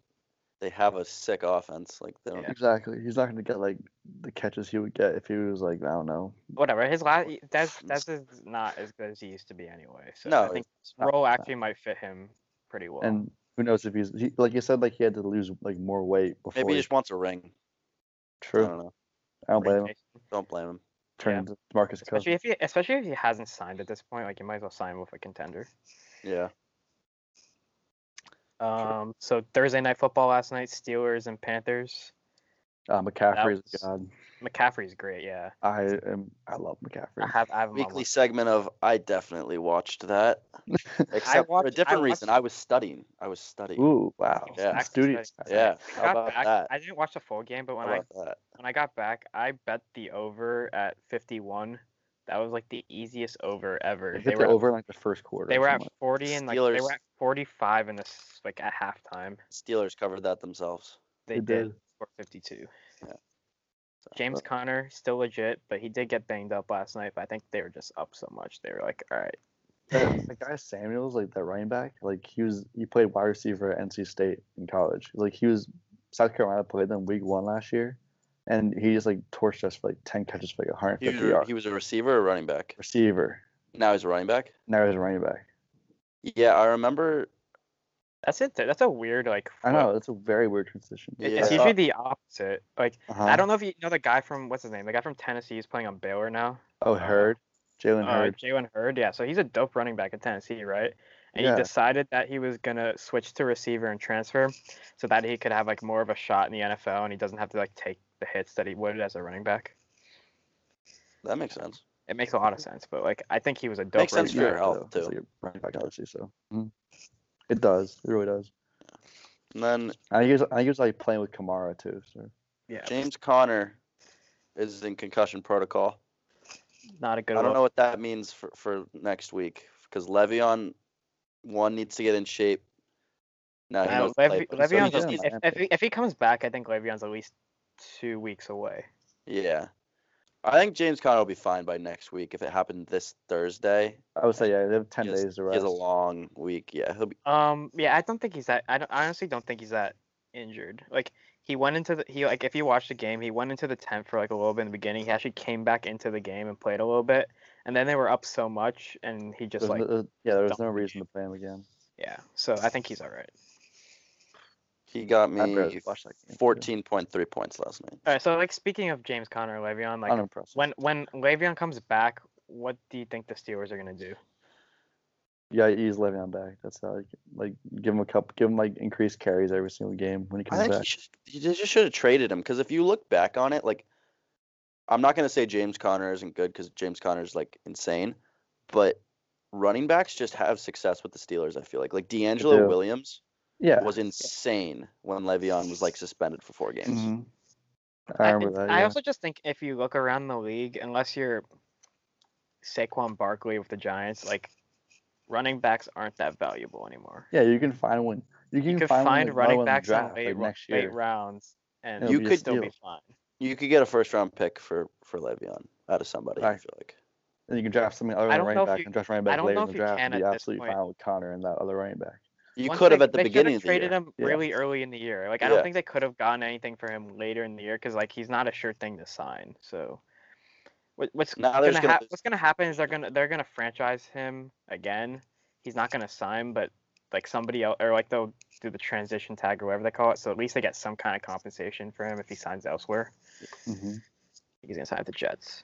Speaker 1: they have a sick offense. Like they don't
Speaker 4: exactly. He's not gonna get like the catches he would get if he was like I don't know.
Speaker 3: Whatever. His last Des Des is not as good as he used to be anyway. So
Speaker 1: No,
Speaker 3: I think his
Speaker 4: not-
Speaker 3: role
Speaker 4: not.
Speaker 3: actually might fit him pretty well.
Speaker 4: And who knows if he's he, like you said like he had to lose like more weight before.
Speaker 1: maybe he
Speaker 4: he-
Speaker 1: just wants a ring. I don't
Speaker 4: true.
Speaker 1: know.
Speaker 4: I don't blame him.
Speaker 3: Rotation.
Speaker 1: Don't blame him.
Speaker 4: Turn
Speaker 3: yeah.
Speaker 4: into Marcus Cousins.
Speaker 3: Especially if he, especially if he hasn't signed at this point, like you might as well sign with a contender.
Speaker 1: Yeah.
Speaker 3: Um, so Thursday night football last night, Steelers and Panthers.
Speaker 4: Uh, McCaffrey's
Speaker 3: was-
Speaker 4: god.
Speaker 3: McCaffrey's great, yeah.
Speaker 4: I am. I love McCaffrey.
Speaker 3: I have, I have him on
Speaker 1: Weekly
Speaker 3: my-
Speaker 1: segment of I definitely watched that. Except for a
Speaker 3: watched- I
Speaker 1: different
Speaker 3: watched-
Speaker 1: reason. I was studying. I was studying.
Speaker 4: Ooh, wow.
Speaker 3: He was
Speaker 1: Yeah.
Speaker 4: Yeah.
Speaker 3: back
Speaker 4: Studio.
Speaker 3: studying.
Speaker 1: yeah.
Speaker 3: I
Speaker 1: How
Speaker 3: got
Speaker 1: about
Speaker 3: back.
Speaker 1: that?
Speaker 3: I didn't watch the full game, but when
Speaker 1: How
Speaker 3: I
Speaker 1: about that?
Speaker 3: when I got back, I bet the over at 51. That was like the easiest over ever.
Speaker 4: They
Speaker 3: They
Speaker 4: hit
Speaker 3: were
Speaker 4: the
Speaker 3: at-
Speaker 4: over in like the first quarter.
Speaker 3: they
Speaker 4: or
Speaker 3: were at
Speaker 4: something.
Speaker 3: 40 and like they
Speaker 1: Steelers-
Speaker 3: were at 45 in this like at halftime.
Speaker 1: Steelers covered that themselves.
Speaker 3: They
Speaker 4: They
Speaker 3: did
Speaker 4: did.
Speaker 3: score 52.
Speaker 1: Yeah. So-
Speaker 3: James
Speaker 4: But-
Speaker 3: Conner still legit, but he did get banged up last night. But I think they were just up so much. They were like, all right,
Speaker 4: That- the guy Samuels, like that running back, like he was he played wide receiver at NC State in college. Like he was South Carolina played them week one last year, and he just like torched us for like ten catches for like
Speaker 1: He was,
Speaker 4: 150
Speaker 1: a,
Speaker 4: yards.
Speaker 1: he was a receiver or running back.
Speaker 4: receiver.
Speaker 1: Now he's a running back.
Speaker 4: Now he's a running back.
Speaker 1: Yeah, I remember.
Speaker 3: that's it. That's a weird like.
Speaker 4: I
Speaker 3: flip.
Speaker 4: know that's a very weird transition.
Speaker 3: It-
Speaker 1: Yeah.
Speaker 3: It's usually the opposite. Like
Speaker 4: Uh-huh.
Speaker 3: I don't know if you know the guy from what's his name. The guy from Tennessee is playing on Baylor now.
Speaker 4: Oh, Hurd, Jalen
Speaker 3: Uh,
Speaker 4: Hurd.
Speaker 3: Jalen Hurd, yeah. So he's a dope running back at Tennessee, right? And
Speaker 4: Yeah.
Speaker 3: he decided that he was gonna switch to receiver and transfer, so that he could have like more of a shot in the NFL, and he doesn't have to like take the hits that he would as a running back.
Speaker 1: That makes sense.
Speaker 3: It makes a lot of sense, but like I think he was a dope.
Speaker 1: Makes sense
Speaker 3: running
Speaker 1: for your
Speaker 3: back.
Speaker 1: health
Speaker 4: though. He's,
Speaker 1: too.
Speaker 4: like, a running back, obviously. So Mhm. it does. It really does.
Speaker 1: And then
Speaker 4: I think he was, I think he was like playing with Kamara too. So
Speaker 3: Yeah,
Speaker 1: James Conner is in concussion protocol.
Speaker 3: not a good.
Speaker 1: I don't
Speaker 3: look.
Speaker 1: know what that means for, for next week because Le'Veon one needs to get in shape. Now he
Speaker 3: Uh,
Speaker 1: knows to play,
Speaker 3: Le'Ve-
Speaker 1: but- so he
Speaker 3: Le'Veon's
Speaker 1: just
Speaker 3: a-
Speaker 1: needs-
Speaker 3: if, if, he, if he comes back, I think Le'Veon's at least two weeks away.
Speaker 1: yeah. I think James Conner will be fine by next week if it happened this Thursday.
Speaker 4: I would say yeah, they have ten
Speaker 1: He has-
Speaker 4: days to
Speaker 1: He
Speaker 4: rest.
Speaker 1: has a long week. Yeah, he'll be.
Speaker 3: Um, yeah, I don't think he's that. I, don't, I honestly don't think he's that injured. Like he went into the he like if you watch the game, he went into the tent for like a little bit in the beginning. He actually came back into the game and played a little bit, and then they were up so much, and he just
Speaker 4: There's
Speaker 3: like
Speaker 4: no- uh, yeah, there was no
Speaker 3: dumped
Speaker 4: reason to play him again.
Speaker 3: yeah. So I think he's all right.
Speaker 1: He got
Speaker 4: I'd rather
Speaker 1: me
Speaker 4: watch that game, too.
Speaker 1: fourteen point three points last night.
Speaker 3: All right. So like speaking of James Conner, Le'Veon, like
Speaker 4: Unimpressive.
Speaker 3: when when Le'Veon comes back, what do you think the Steelers are gonna do?
Speaker 4: You got to ease Le'Veon back. That's how. You, like, give him a cup. Give him like increased carries every single game when he
Speaker 1: I
Speaker 4: comes
Speaker 1: think
Speaker 4: back.
Speaker 1: you, should, you just- just should have traded him because if you look back on it, like I'm not gonna say James Conner isn't good because James Conner's like insane, but running backs just have success with the Steelers. I feel like like D'Angelo
Speaker 4: do.
Speaker 1: Williams
Speaker 4: yeah.
Speaker 1: was insane when Le'Veon was like suspended for four games.
Speaker 4: Mhm. I remember
Speaker 3: I,
Speaker 4: that.
Speaker 3: I
Speaker 4: yeah.
Speaker 3: also just think if you look around the league, unless you're Saquon Barkley with the Giants, like running backs aren't that valuable anymore.
Speaker 4: Yeah, you can find one. You can
Speaker 3: You could
Speaker 4: find, one
Speaker 3: find,
Speaker 4: that's low
Speaker 3: running
Speaker 4: in the
Speaker 3: backs
Speaker 4: draft,
Speaker 3: on late,
Speaker 4: like,
Speaker 3: ro-
Speaker 4: next
Speaker 3: late
Speaker 4: year.
Speaker 3: rounds, and
Speaker 1: It'll
Speaker 3: you
Speaker 1: be a
Speaker 3: could still be
Speaker 4: steal.
Speaker 3: fine.
Speaker 1: You could get a first round pick for for Le'Veon out of somebody. I
Speaker 4: Right.
Speaker 1: feel like
Speaker 4: And you can draft something other than
Speaker 3: I don't know
Speaker 4: running
Speaker 3: if
Speaker 4: back
Speaker 3: you-
Speaker 4: and draft running
Speaker 3: I
Speaker 4: back
Speaker 3: don't
Speaker 4: later
Speaker 3: know
Speaker 4: in
Speaker 3: if
Speaker 4: the
Speaker 3: you
Speaker 4: draft
Speaker 3: can
Speaker 4: and be
Speaker 3: at this
Speaker 4: absolutely
Speaker 3: point.
Speaker 4: fine with Connor and that other running back.
Speaker 1: you
Speaker 3: Once
Speaker 1: could
Speaker 3: they-
Speaker 1: have at the
Speaker 3: they should
Speaker 1: beginning of the year.
Speaker 3: traded him
Speaker 4: Yeah.
Speaker 3: really early in the year. Like I
Speaker 1: Yeah.
Speaker 3: don't think they could have gotten anything for him later in the year because like he's not a sure thing to sign. So what, what's
Speaker 1: Now they're
Speaker 3: gonna,
Speaker 1: just gonna
Speaker 3: hap-
Speaker 1: lose.
Speaker 3: what's gonna happen is they're gonna they're gonna franchise him again. He's not gonna sign, but like somebody else or like they'll do the transition tag or whatever they call it. So at least they get some kind of compensation for him if he signs elsewhere.
Speaker 4: Mm-hmm.
Speaker 3: He's gonna sign with the Jets.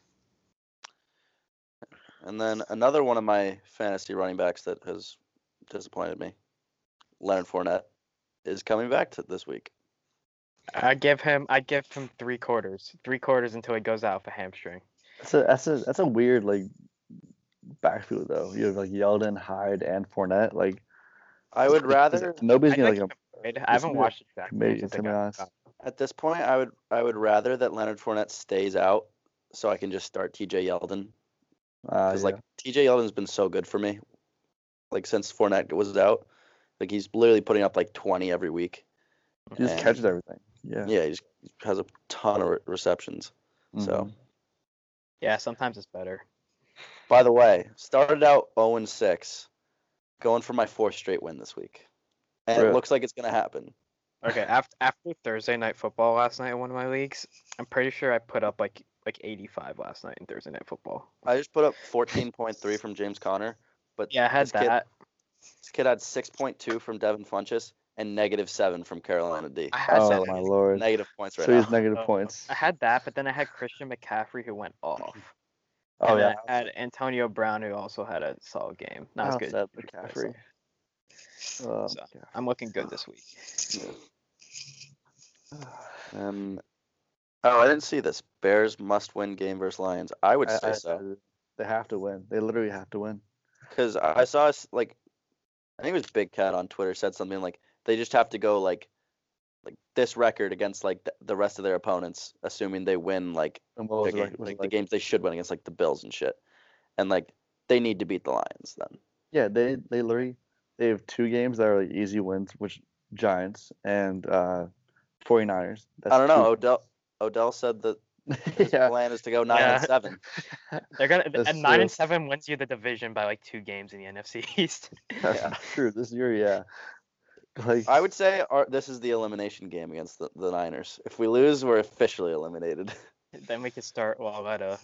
Speaker 1: And then another one of my fantasy running backs that has disappointed me, Leonard Fournette, is coming back to this week.
Speaker 3: I give him I give him three quarters, three quarters until he goes out with a hamstring.
Speaker 4: That's a that's a that's a weird like backfield though. You have like Yeldon, Hyde, and Fournette. Like
Speaker 1: I would rather
Speaker 4: nobody's
Speaker 3: I'd
Speaker 4: gonna
Speaker 3: like
Speaker 4: like
Speaker 3: Right? I
Speaker 4: This
Speaker 3: haven't
Speaker 4: is a
Speaker 3: watched it exactly
Speaker 4: committee,
Speaker 3: since
Speaker 4: to
Speaker 3: I
Speaker 4: be
Speaker 3: got-
Speaker 4: honest.
Speaker 3: got-
Speaker 1: at this point I would I would rather that Leonard Fournette stays out so I can just start TJ Yeldon.
Speaker 4: uh,
Speaker 1: Because
Speaker 4: yeah.
Speaker 1: like TJ Yeldon's been so good for me. Like since Fournette was out. Like he's literally putting up like twenty every week.
Speaker 4: he just
Speaker 1: and-
Speaker 4: catches everything. Yeah.
Speaker 1: Yeah, he just has a ton of re- receptions. So
Speaker 4: Mhm.
Speaker 3: Yeah, sometimes it's better.
Speaker 1: by the way, started out 0 and 6, going for my fourth straight win this week. And it
Speaker 4: Really?
Speaker 1: looks like it's gonna happen.
Speaker 3: Okay, after after Thursday night football last night in one of my leagues, I'm pretty sure I put up like like 85 last night in Thursday night football.
Speaker 1: I just put up 14.3 from James Conner, but
Speaker 3: Yeah, I had
Speaker 1: This kid-
Speaker 3: that.
Speaker 1: this kid had 6.2 from Devin Funches and negative 7 from Carolina D.
Speaker 3: I had
Speaker 4: Oh
Speaker 3: that.
Speaker 4: my lord.
Speaker 1: Negative points right
Speaker 4: so he's
Speaker 1: now. Oh,
Speaker 4: negative
Speaker 3: Uh,
Speaker 4: points.
Speaker 3: I had that, but then I had Christian McCaffrey who went off.
Speaker 4: Oh
Speaker 3: and
Speaker 4: yeah.
Speaker 3: I had Antonio Brown who also had a solid game. Not as
Speaker 4: How's
Speaker 3: good.
Speaker 4: that,
Speaker 3: but solid.
Speaker 4: McCaffrey? Oh,
Speaker 3: So, I'm looking good this week.
Speaker 1: Um, oh, I didn't see this. Bears must win game versus Lions. I would
Speaker 4: I-
Speaker 1: say
Speaker 4: I-
Speaker 1: so
Speaker 4: They have to win. They literally have to win.
Speaker 1: because I, I saw s- like I think it was Big Cat on Twitter said something like they just have to go like like this record against like the, the rest of their opponents, assuming they win like
Speaker 4: And what was
Speaker 1: the,
Speaker 4: the
Speaker 1: game,
Speaker 4: record? Was it,
Speaker 1: like, the
Speaker 4: like-
Speaker 1: games they should win against like the Bills and shit, and like they need to beat the Lions then.
Speaker 4: Yeah, they they literally they have two games that are like easy wins, which Giants and uh 49ers. That's
Speaker 1: I don't know.
Speaker 4: two-
Speaker 1: Odell Odell said that his
Speaker 4: yeah,
Speaker 1: plan is to go nine and
Speaker 3: Yeah.
Speaker 1: seven.
Speaker 3: They're gonna
Speaker 4: That's
Speaker 3: and nine
Speaker 4: true.
Speaker 3: and seven wins you the division by like two games in the NFC East.
Speaker 4: that's
Speaker 1: yeah.
Speaker 4: true. This year, yeah. Like
Speaker 1: I would say our, this is the elimination game against the, the Niners. If we lose, we're officially eliminated.
Speaker 3: then we could start Walletta,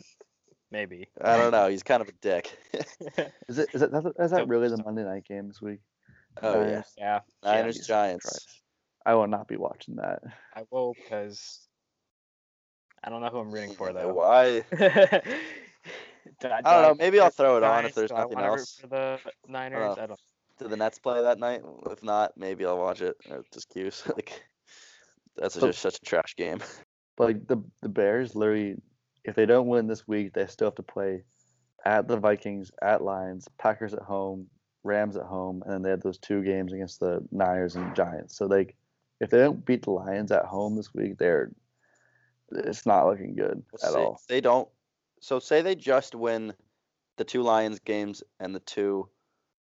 Speaker 3: maybe.
Speaker 1: I don't know. He's kind of a dick.
Speaker 4: is it is it that, is that
Speaker 3: Nope.
Speaker 4: really the Monday night game this week?
Speaker 1: oh yeah,
Speaker 4: Niners?
Speaker 3: yeah,
Speaker 1: Niners
Speaker 4: Jesus
Speaker 1: Giants.
Speaker 4: Christ. I will not be watching that.
Speaker 3: I will because I don't know who I'm rooting for
Speaker 1: Yeah,
Speaker 3: though.
Speaker 1: Why?
Speaker 3: I don't
Speaker 1: I don't know. Maybe I'll throw it on if there's nothing
Speaker 3: I wanna root
Speaker 1: else. Uh,
Speaker 3: For the Niners, I don't.
Speaker 1: Do the Nets play that night? If not, maybe I'll watch it. Or just cues. like that's
Speaker 4: So-
Speaker 1: just such a trash game.
Speaker 4: But like the the Bears literally if they don't win this week, they still have to play at the Vikings, at Lions, Packers at home, Rams at home, and then they have those two games against the Niners and Giants. So like if they don't beat the Lions at home this week, they're it's not looking good
Speaker 1: We'll
Speaker 4: at
Speaker 1: see.
Speaker 4: all.
Speaker 1: If They don't. So say they just win the two Lions games and the two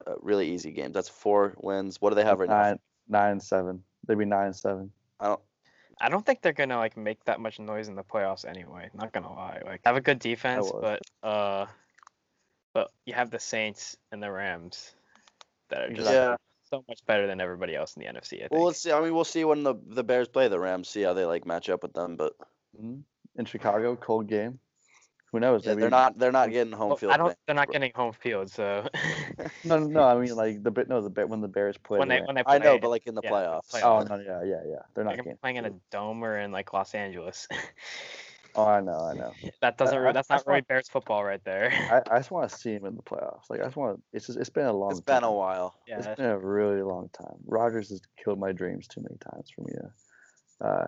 Speaker 1: uh, really easy games. That's four wins. What do they have right now?
Speaker 4: Nine nine and seven. They'd be nine and seven.
Speaker 1: I don't.
Speaker 3: I don't think they're gonna like make that much noise in the playoffs anyway. Not gonna lie, like have a good defense,
Speaker 4: was.
Speaker 3: but uh, but you have the Saints and the Rams that are just
Speaker 1: Yeah.
Speaker 3: so much better than everybody else in the NFC. I think.
Speaker 1: Well, let's see. I mean, we'll see when the the Bears play the Rams. See how they like match up with them. But
Speaker 4: Mm-hmm. In Chicago, cold game. Who knows?
Speaker 1: yeah, they're
Speaker 4: maybe-
Speaker 1: not they're not getting home
Speaker 3: Mm, Well,
Speaker 1: field.
Speaker 3: I don't.
Speaker 1: advantage.
Speaker 3: They're not getting home field, so
Speaker 4: No, no, no. I mean, like the bit. No, the bit when the Bears play.
Speaker 3: when
Speaker 4: the
Speaker 3: they
Speaker 4: Rams.
Speaker 3: when they play,
Speaker 1: I know, but like in the
Speaker 3: yeah,
Speaker 1: playoffs.
Speaker 3: playoffs.
Speaker 4: oh no, yeah, yeah, yeah. They're not
Speaker 3: like, I'm
Speaker 4: getting.
Speaker 3: playing in a dome or in like Los Angeles.
Speaker 4: Oh, I know, I know.
Speaker 3: That doesn't.
Speaker 4: I-
Speaker 3: re-
Speaker 4: I-
Speaker 3: that's
Speaker 4: I
Speaker 3: not
Speaker 4: saw-
Speaker 3: really Bears football right there.
Speaker 4: I, I just want to see him in the playoffs. Like I just want. It's just, it's been a long.
Speaker 1: It's been
Speaker 4: time.
Speaker 1: a while.
Speaker 4: It's
Speaker 3: Yeah,
Speaker 4: been a really long time. Rogers has killed my dreams too many times for me. To, uh,
Speaker 1: All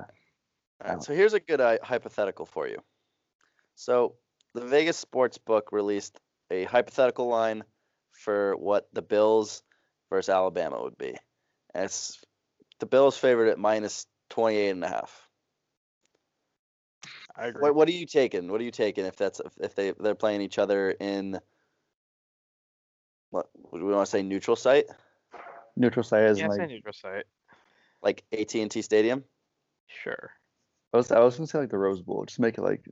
Speaker 1: right,
Speaker 4: Oh.
Speaker 1: so here's a good uh, hypothetical for you. So the Vegas sports book released a hypothetical line for what the Bills versus Alabama would be. And it's the Bills favored at minus 28 and a half.
Speaker 3: I agree.
Speaker 1: What, what are you taking? What are you taking if that's if- if they they're playing each other in what do we want to say neutral site
Speaker 4: neutral site is
Speaker 3: yeah, it's a
Speaker 4: like
Speaker 3: neutral site.
Speaker 1: like AT&T Stadium?
Speaker 3: Sure.
Speaker 4: I was, I was gonna say like the Rose Bowl. Just make it like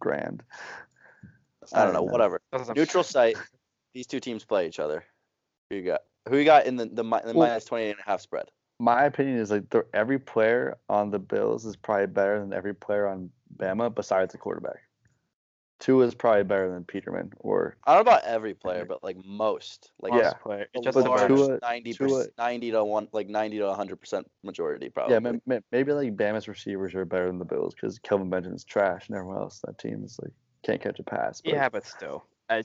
Speaker 4: grand.
Speaker 1: I don't know, whatever.
Speaker 3: Doesn't
Speaker 1: Neutral
Speaker 3: matter.
Speaker 1: site. These two teams play each other. Who you got? Who you got in the the, mi- the
Speaker 4: Well-
Speaker 1: minus 28 and a half spread?
Speaker 4: My opinion is like the, every player on the Bills is probably better than every player on Bama besides the quarterback. Two is probably better than Peterman or
Speaker 1: I don't know about every player, but like most. Like
Speaker 4: Yeah.
Speaker 3: Most play-
Speaker 1: the
Speaker 3: It's just
Speaker 4: But
Speaker 3: about
Speaker 1: large
Speaker 4: Tua-
Speaker 1: 90,
Speaker 4: Tua-
Speaker 1: 90 to one, like 90 to 100 percent majority probably.
Speaker 4: yeah, ma- ma- maybe like Bama's receivers are better than the Bills because Kelvin Benjamin's trash and everyone else on that team is like can't catch a pass. but-
Speaker 3: Yeah, but still, I,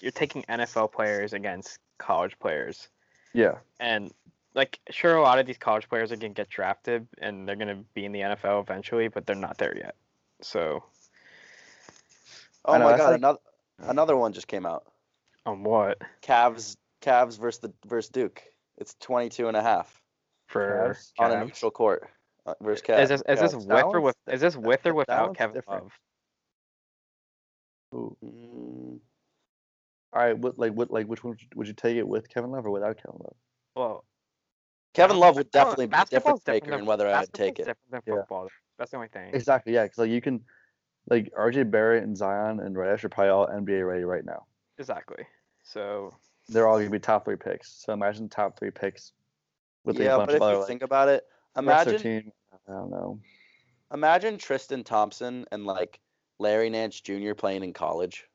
Speaker 3: you're taking NFL players against college players,
Speaker 4: yeah.
Speaker 3: and like sure, a lot of these college players are gonna get drafted and they're gonna be in the NFL eventually, but they're not there yet. So
Speaker 1: oh
Speaker 4: I know,
Speaker 1: my
Speaker 4: that's
Speaker 1: god,
Speaker 4: like-
Speaker 1: another another one just came out.
Speaker 3: on what
Speaker 1: Cavs Cavs versus the versus Duke. It's 22 and a half
Speaker 3: for
Speaker 4: Cavs?
Speaker 1: on a
Speaker 3: Cavs?
Speaker 1: neutral court uh, versus Cavs.
Speaker 3: Is this is this
Speaker 1: Cavs.
Speaker 4: That
Speaker 3: with or
Speaker 4: one's-
Speaker 3: with is this with or
Speaker 4: that
Speaker 3: without
Speaker 4: one's
Speaker 3: Kevin
Speaker 4: different.
Speaker 3: Love?
Speaker 4: Ooh.
Speaker 1: Mm,
Speaker 4: All right. What like what like which one would you, would you take it with Kevin Love or without Kevin Love?
Speaker 3: Well,
Speaker 1: Kevin Love would
Speaker 3: basketball-
Speaker 1: definitely be a
Speaker 3: basketball's
Speaker 1: difference maker
Speaker 3: than-
Speaker 1: in whether I would
Speaker 3: basketball's
Speaker 1: take it.
Speaker 3: Different than
Speaker 4: Yeah.
Speaker 3: football. That's the only thing.
Speaker 4: Exactly. Yeah, because like you can like RJ Barrett and Zion and Redesh are probably all NBA ready right now.
Speaker 3: Exactly. So
Speaker 4: They're all gonna be top three picks. So imagine top three picks with
Speaker 1: yeah,
Speaker 4: a bunch
Speaker 1: but if
Speaker 4: of other
Speaker 1: you
Speaker 4: like,
Speaker 1: think about it,
Speaker 4: lesser
Speaker 1: imagine
Speaker 4: team. I don't know.
Speaker 1: imagine Tristan Thompson and like Larry Nance Jr. playing in college.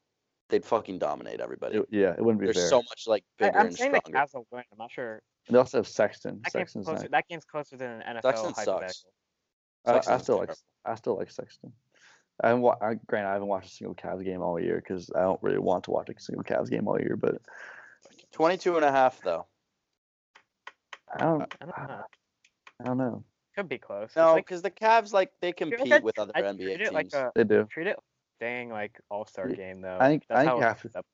Speaker 1: They'd fucking dominate everybody.
Speaker 4: It- yeah, it wouldn't be
Speaker 1: They're
Speaker 4: fair.
Speaker 1: so much like
Speaker 3: I,
Speaker 1: bigger
Speaker 3: I'm
Speaker 1: and
Speaker 3: saying
Speaker 1: stronger.
Speaker 3: like as a win. I'm not sure.
Speaker 4: they also have Sexton.
Speaker 3: That game's
Speaker 4: Sexton's
Speaker 3: closer.
Speaker 4: nice.
Speaker 3: That game's closer than an NFL
Speaker 1: Sexton sucks.
Speaker 3: hypothetical.
Speaker 4: I, I
Speaker 1: Sexton's
Speaker 4: still like
Speaker 1: terrible.
Speaker 4: I still like Sexton. I haven't wa- I, granted, I haven't watched a single Cavs game all year because I don't really want to watch a single Cavs game all year. But
Speaker 1: 22 and a half though.
Speaker 4: I don't,
Speaker 3: I don't know.
Speaker 4: I don't know.
Speaker 3: Could be close. It's
Speaker 1: No,
Speaker 3: like-
Speaker 1: because the Cavs like they
Speaker 3: I
Speaker 1: compete
Speaker 3: said,
Speaker 1: with other
Speaker 3: I
Speaker 1: NBA
Speaker 3: treat
Speaker 1: teams.
Speaker 3: it like a
Speaker 4: They do.
Speaker 3: treat it like a dang like All Star
Speaker 4: Yeah.
Speaker 3: game though.
Speaker 4: I think-
Speaker 3: That's
Speaker 4: I think
Speaker 3: how
Speaker 4: you
Speaker 3: it
Speaker 4: have to-
Speaker 3: ends up.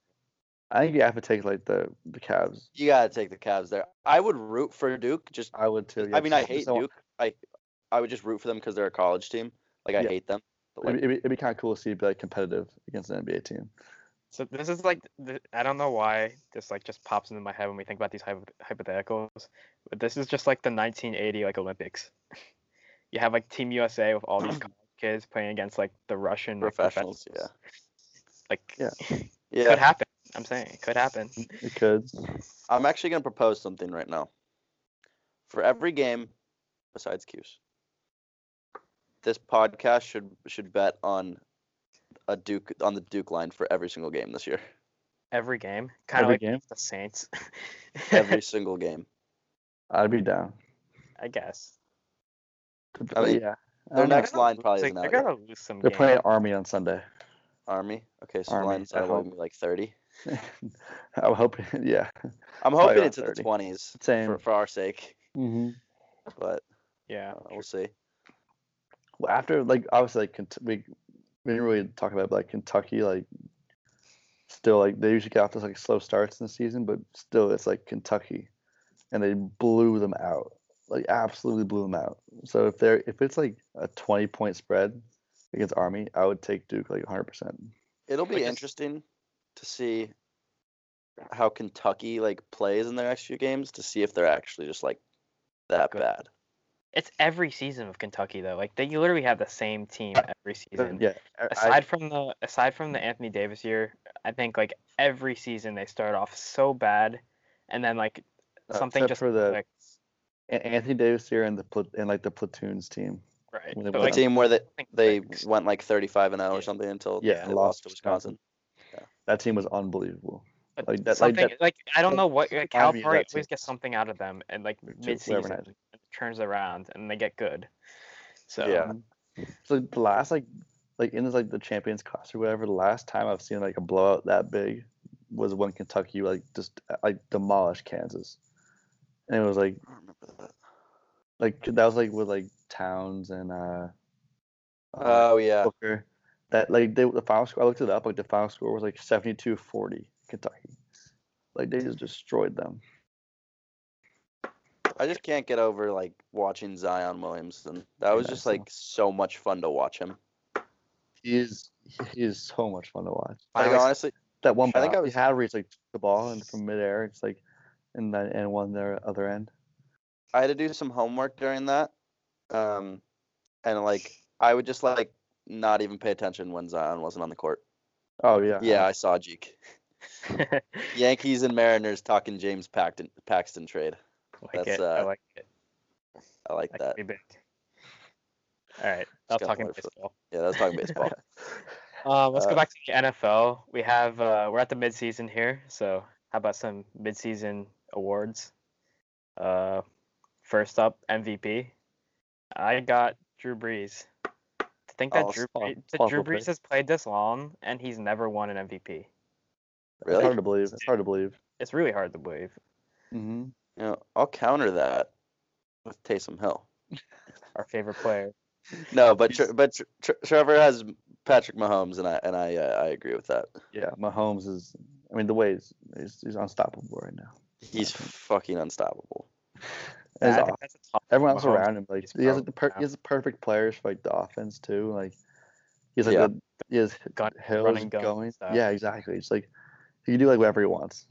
Speaker 4: I think you have to take like the the Cavs.
Speaker 1: you gotta take the Cavs there. I would root for Duke. Just
Speaker 4: I would too.
Speaker 1: I mean, I
Speaker 4: just-
Speaker 1: hate
Speaker 4: just don't-
Speaker 1: Duke. I I would just root for them because they're a college team. Like I
Speaker 4: Yeah.
Speaker 1: hate them. But,
Speaker 4: It'd
Speaker 1: like,
Speaker 4: be, it'd be, kind of cool to see it be like competitive against an NBA team.
Speaker 3: So this is like th- I don't know why this like just pops into my head when we think about these hypo- hypotheticals, but this is just like the 1980 like Olympics. you have like Team USA with all these college kids playing against like the Russian like,
Speaker 1: Professionals,
Speaker 3: Like
Speaker 4: Yeah. Mm.
Speaker 1: yeah,
Speaker 3: could happen. I'm saying it could happen.
Speaker 4: It could.
Speaker 1: I'm actually gonna propose something right now. For every game, besides Q's, this podcast should should bet on a Duke on the Duke line for every single game this year.
Speaker 3: Every game, kind of
Speaker 4: Every
Speaker 3: like
Speaker 4: game,
Speaker 3: the Saints.
Speaker 1: Every single game.
Speaker 4: I'd be down.
Speaker 3: I guess
Speaker 1: I mean,
Speaker 4: yeah. I
Speaker 1: Their
Speaker 4: don't know.
Speaker 1: next line probably
Speaker 3: It's
Speaker 1: isn't
Speaker 3: like, they're
Speaker 1: out yet.
Speaker 3: gonna lose some.
Speaker 4: They're
Speaker 3: games.
Speaker 4: playing Army on Sunday.
Speaker 1: Army. Okay, so
Speaker 4: Army,
Speaker 1: the line's
Speaker 4: I
Speaker 1: out
Speaker 4: hope.
Speaker 1: be like 30.
Speaker 4: I'm hoping. Yeah.
Speaker 1: I'm
Speaker 4: Probably
Speaker 1: hoping
Speaker 4: about
Speaker 1: it's in the
Speaker 4: 30.
Speaker 1: 20s
Speaker 4: Same.
Speaker 1: for, for our sake,
Speaker 4: hmm
Speaker 1: but
Speaker 3: Yeah.
Speaker 1: uh, we'll see.
Speaker 4: Well, after like obviously like Kent- we we didn't really talk about but, like Kentucky like still like they usually get off to like slow starts in the season, but still it's like Kentucky, and they blew them out like absolutely blew them out. So if they're if it's like a twenty point spread against Army, I would take Duke like hundred percent.
Speaker 1: It'll be
Speaker 3: Like this-
Speaker 1: interesting to see how Kentucky like plays in their next few games to see if they're actually just like that
Speaker 3: Good.
Speaker 1: bad.
Speaker 3: It's every season of Kentucky though. Like they literally have the same team every season.
Speaker 4: Uh, Yeah, I- I-
Speaker 3: Aside from the aside from the Anthony Davis year, I think like every season they start off so bad, and then like
Speaker 4: uh,
Speaker 3: something
Speaker 4: except
Speaker 3: just
Speaker 4: for the
Speaker 3: clicks.
Speaker 4: A- Anthony Davis here and the pla- and like the platoons team.
Speaker 3: right.
Speaker 4: when they
Speaker 1: The
Speaker 3: But,
Speaker 4: went
Speaker 3: like,
Speaker 4: up.
Speaker 1: team where they,
Speaker 3: something
Speaker 1: they
Speaker 3: clicks.
Speaker 1: went like 35 and 0
Speaker 3: Yeah.
Speaker 1: or something until
Speaker 4: Yeah,
Speaker 1: they
Speaker 4: and
Speaker 1: lost
Speaker 4: lost
Speaker 1: to Wisconsin.
Speaker 4: That team was unbelievable.
Speaker 3: But
Speaker 4: like that- like
Speaker 3: something
Speaker 4: that-
Speaker 3: like I don't know what like,
Speaker 4: Remind me of
Speaker 3: Calipari
Speaker 4: that team.
Speaker 3: always gets something out of them, and like
Speaker 4: Whoever
Speaker 3: mid season
Speaker 4: knows.
Speaker 3: turns around and they get good. So
Speaker 1: Yeah.
Speaker 4: So the last like like in this like the Champions Class or whatever. The last time I've seen like a blowout that big was when Kentucky like just like demolished Kansas, and it was like
Speaker 1: I don't remember that.
Speaker 4: like that was like with like Towns and uh,
Speaker 1: Oh yeah.
Speaker 4: Booker. That like they, the final score. I looked it up. Like the final score was like 72-40 Kentucky. Like they just destroyed them.
Speaker 1: I just can't get over like watching Zion Williamson. That was
Speaker 4: Yeah,
Speaker 1: just
Speaker 4: so-
Speaker 1: like so much fun to watch him.
Speaker 4: He is he is so much fun to watch.
Speaker 1: Like
Speaker 4: Like,
Speaker 1: honestly,
Speaker 4: that one.
Speaker 1: I think
Speaker 4: ball
Speaker 1: I was-
Speaker 4: he had where he's like took the ball and from midair. It's like and then and one their other end.
Speaker 1: I had to do some homework during that, um, and like I would just like not even pay attention when Zion wasn't on the court.
Speaker 4: Oh yeah.
Speaker 1: Yeah, I saw Jeek.
Speaker 3: like
Speaker 1: Yankees and Mariners talking James Paxton Paxton trade. That's,
Speaker 3: it. I
Speaker 1: uh,
Speaker 3: like it.
Speaker 1: I like
Speaker 3: That,
Speaker 1: that.
Speaker 3: could be big. All right. I was
Speaker 1: gotta
Speaker 3: talking
Speaker 1: learn from-
Speaker 3: baseball.
Speaker 1: Yeah, that's talking baseball.
Speaker 3: Um, let's
Speaker 1: Uh,
Speaker 3: go back to the NFL. We have uh, we're at the midseason here, so how about some midseason awards? Uh, first up, MVP. I got Drew Brees. To think that
Speaker 1: Oh,
Speaker 3: Drew,
Speaker 4: small-
Speaker 3: Brees, that
Speaker 4: small
Speaker 3: Drew
Speaker 4: footprint.
Speaker 3: Brees has played this long and he's never won an MVP.
Speaker 4: It's
Speaker 1: Really?
Speaker 4: hard to believe. It's hard to believe.
Speaker 3: It's really hard to believe.
Speaker 4: Mm-hmm.
Speaker 1: You know, I'll counter that with Taysom Hill.
Speaker 3: Our favorite player.
Speaker 1: No, but tr- but tr- tr- Trevor has Patrick Mahomes, and I and I uh, I agree with that.
Speaker 4: Yeah, Mahomes is. I mean, the way he's he's, he's unstoppable right now.
Speaker 1: He's fucking unstoppable.
Speaker 4: And his
Speaker 3: I
Speaker 4: off-
Speaker 3: think that's a top
Speaker 4: everyone else
Speaker 3: Mahomes
Speaker 4: around him, like
Speaker 3: is
Speaker 4: he has like,
Speaker 3: probably
Speaker 4: the per-
Speaker 3: now.
Speaker 4: he has the perfect players for like the offense too. Like he's like
Speaker 1: Yeah.
Speaker 4: the, he has
Speaker 3: gun.
Speaker 4: Hills
Speaker 3: running gun
Speaker 4: going.
Speaker 3: stuff.
Speaker 4: Yeah, exactly. It's like he can do like whatever he wants.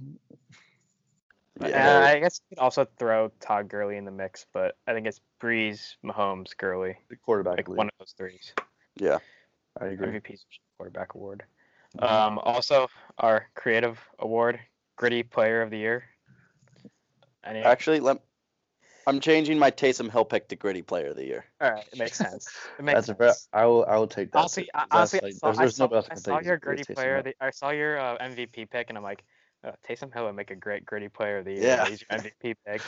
Speaker 3: Yeah,
Speaker 1: Yeah,
Speaker 3: I guess you can also throw Todd Gurley in the mix, but I think it's Brees, Mahomes, Gurley,
Speaker 4: The quarterback.
Speaker 3: like
Speaker 4: league.
Speaker 3: one of those threes.
Speaker 1: yeah.
Speaker 4: I agree.
Speaker 3: MVP's quarterback award.
Speaker 4: Mhm.
Speaker 3: Um, also, our creative award, gritty player of the year. Any,
Speaker 1: Actually, let I'm changing my Taysom Hill pick to gritty player of the year.
Speaker 3: all right, it makes sense. It makes
Speaker 4: That's a fair.
Speaker 3: sense.
Speaker 4: I will. I will take that.
Speaker 3: Honestly, I,
Speaker 4: That's,
Speaker 3: honestly,
Speaker 4: like,
Speaker 3: I saw,
Speaker 4: there's, there's
Speaker 3: I saw,
Speaker 4: nobody else
Speaker 3: I
Speaker 4: can
Speaker 3: saw
Speaker 4: take.
Speaker 3: your
Speaker 4: It's gonna be
Speaker 3: gritty
Speaker 4: Taysom
Speaker 3: player.
Speaker 4: Hill.
Speaker 3: Of the, I saw your uh, MVP pick, and I'm like, oh, Taysom Hill would make a great gritty player of the year.
Speaker 1: Yeah.
Speaker 3: He's your MVP pick.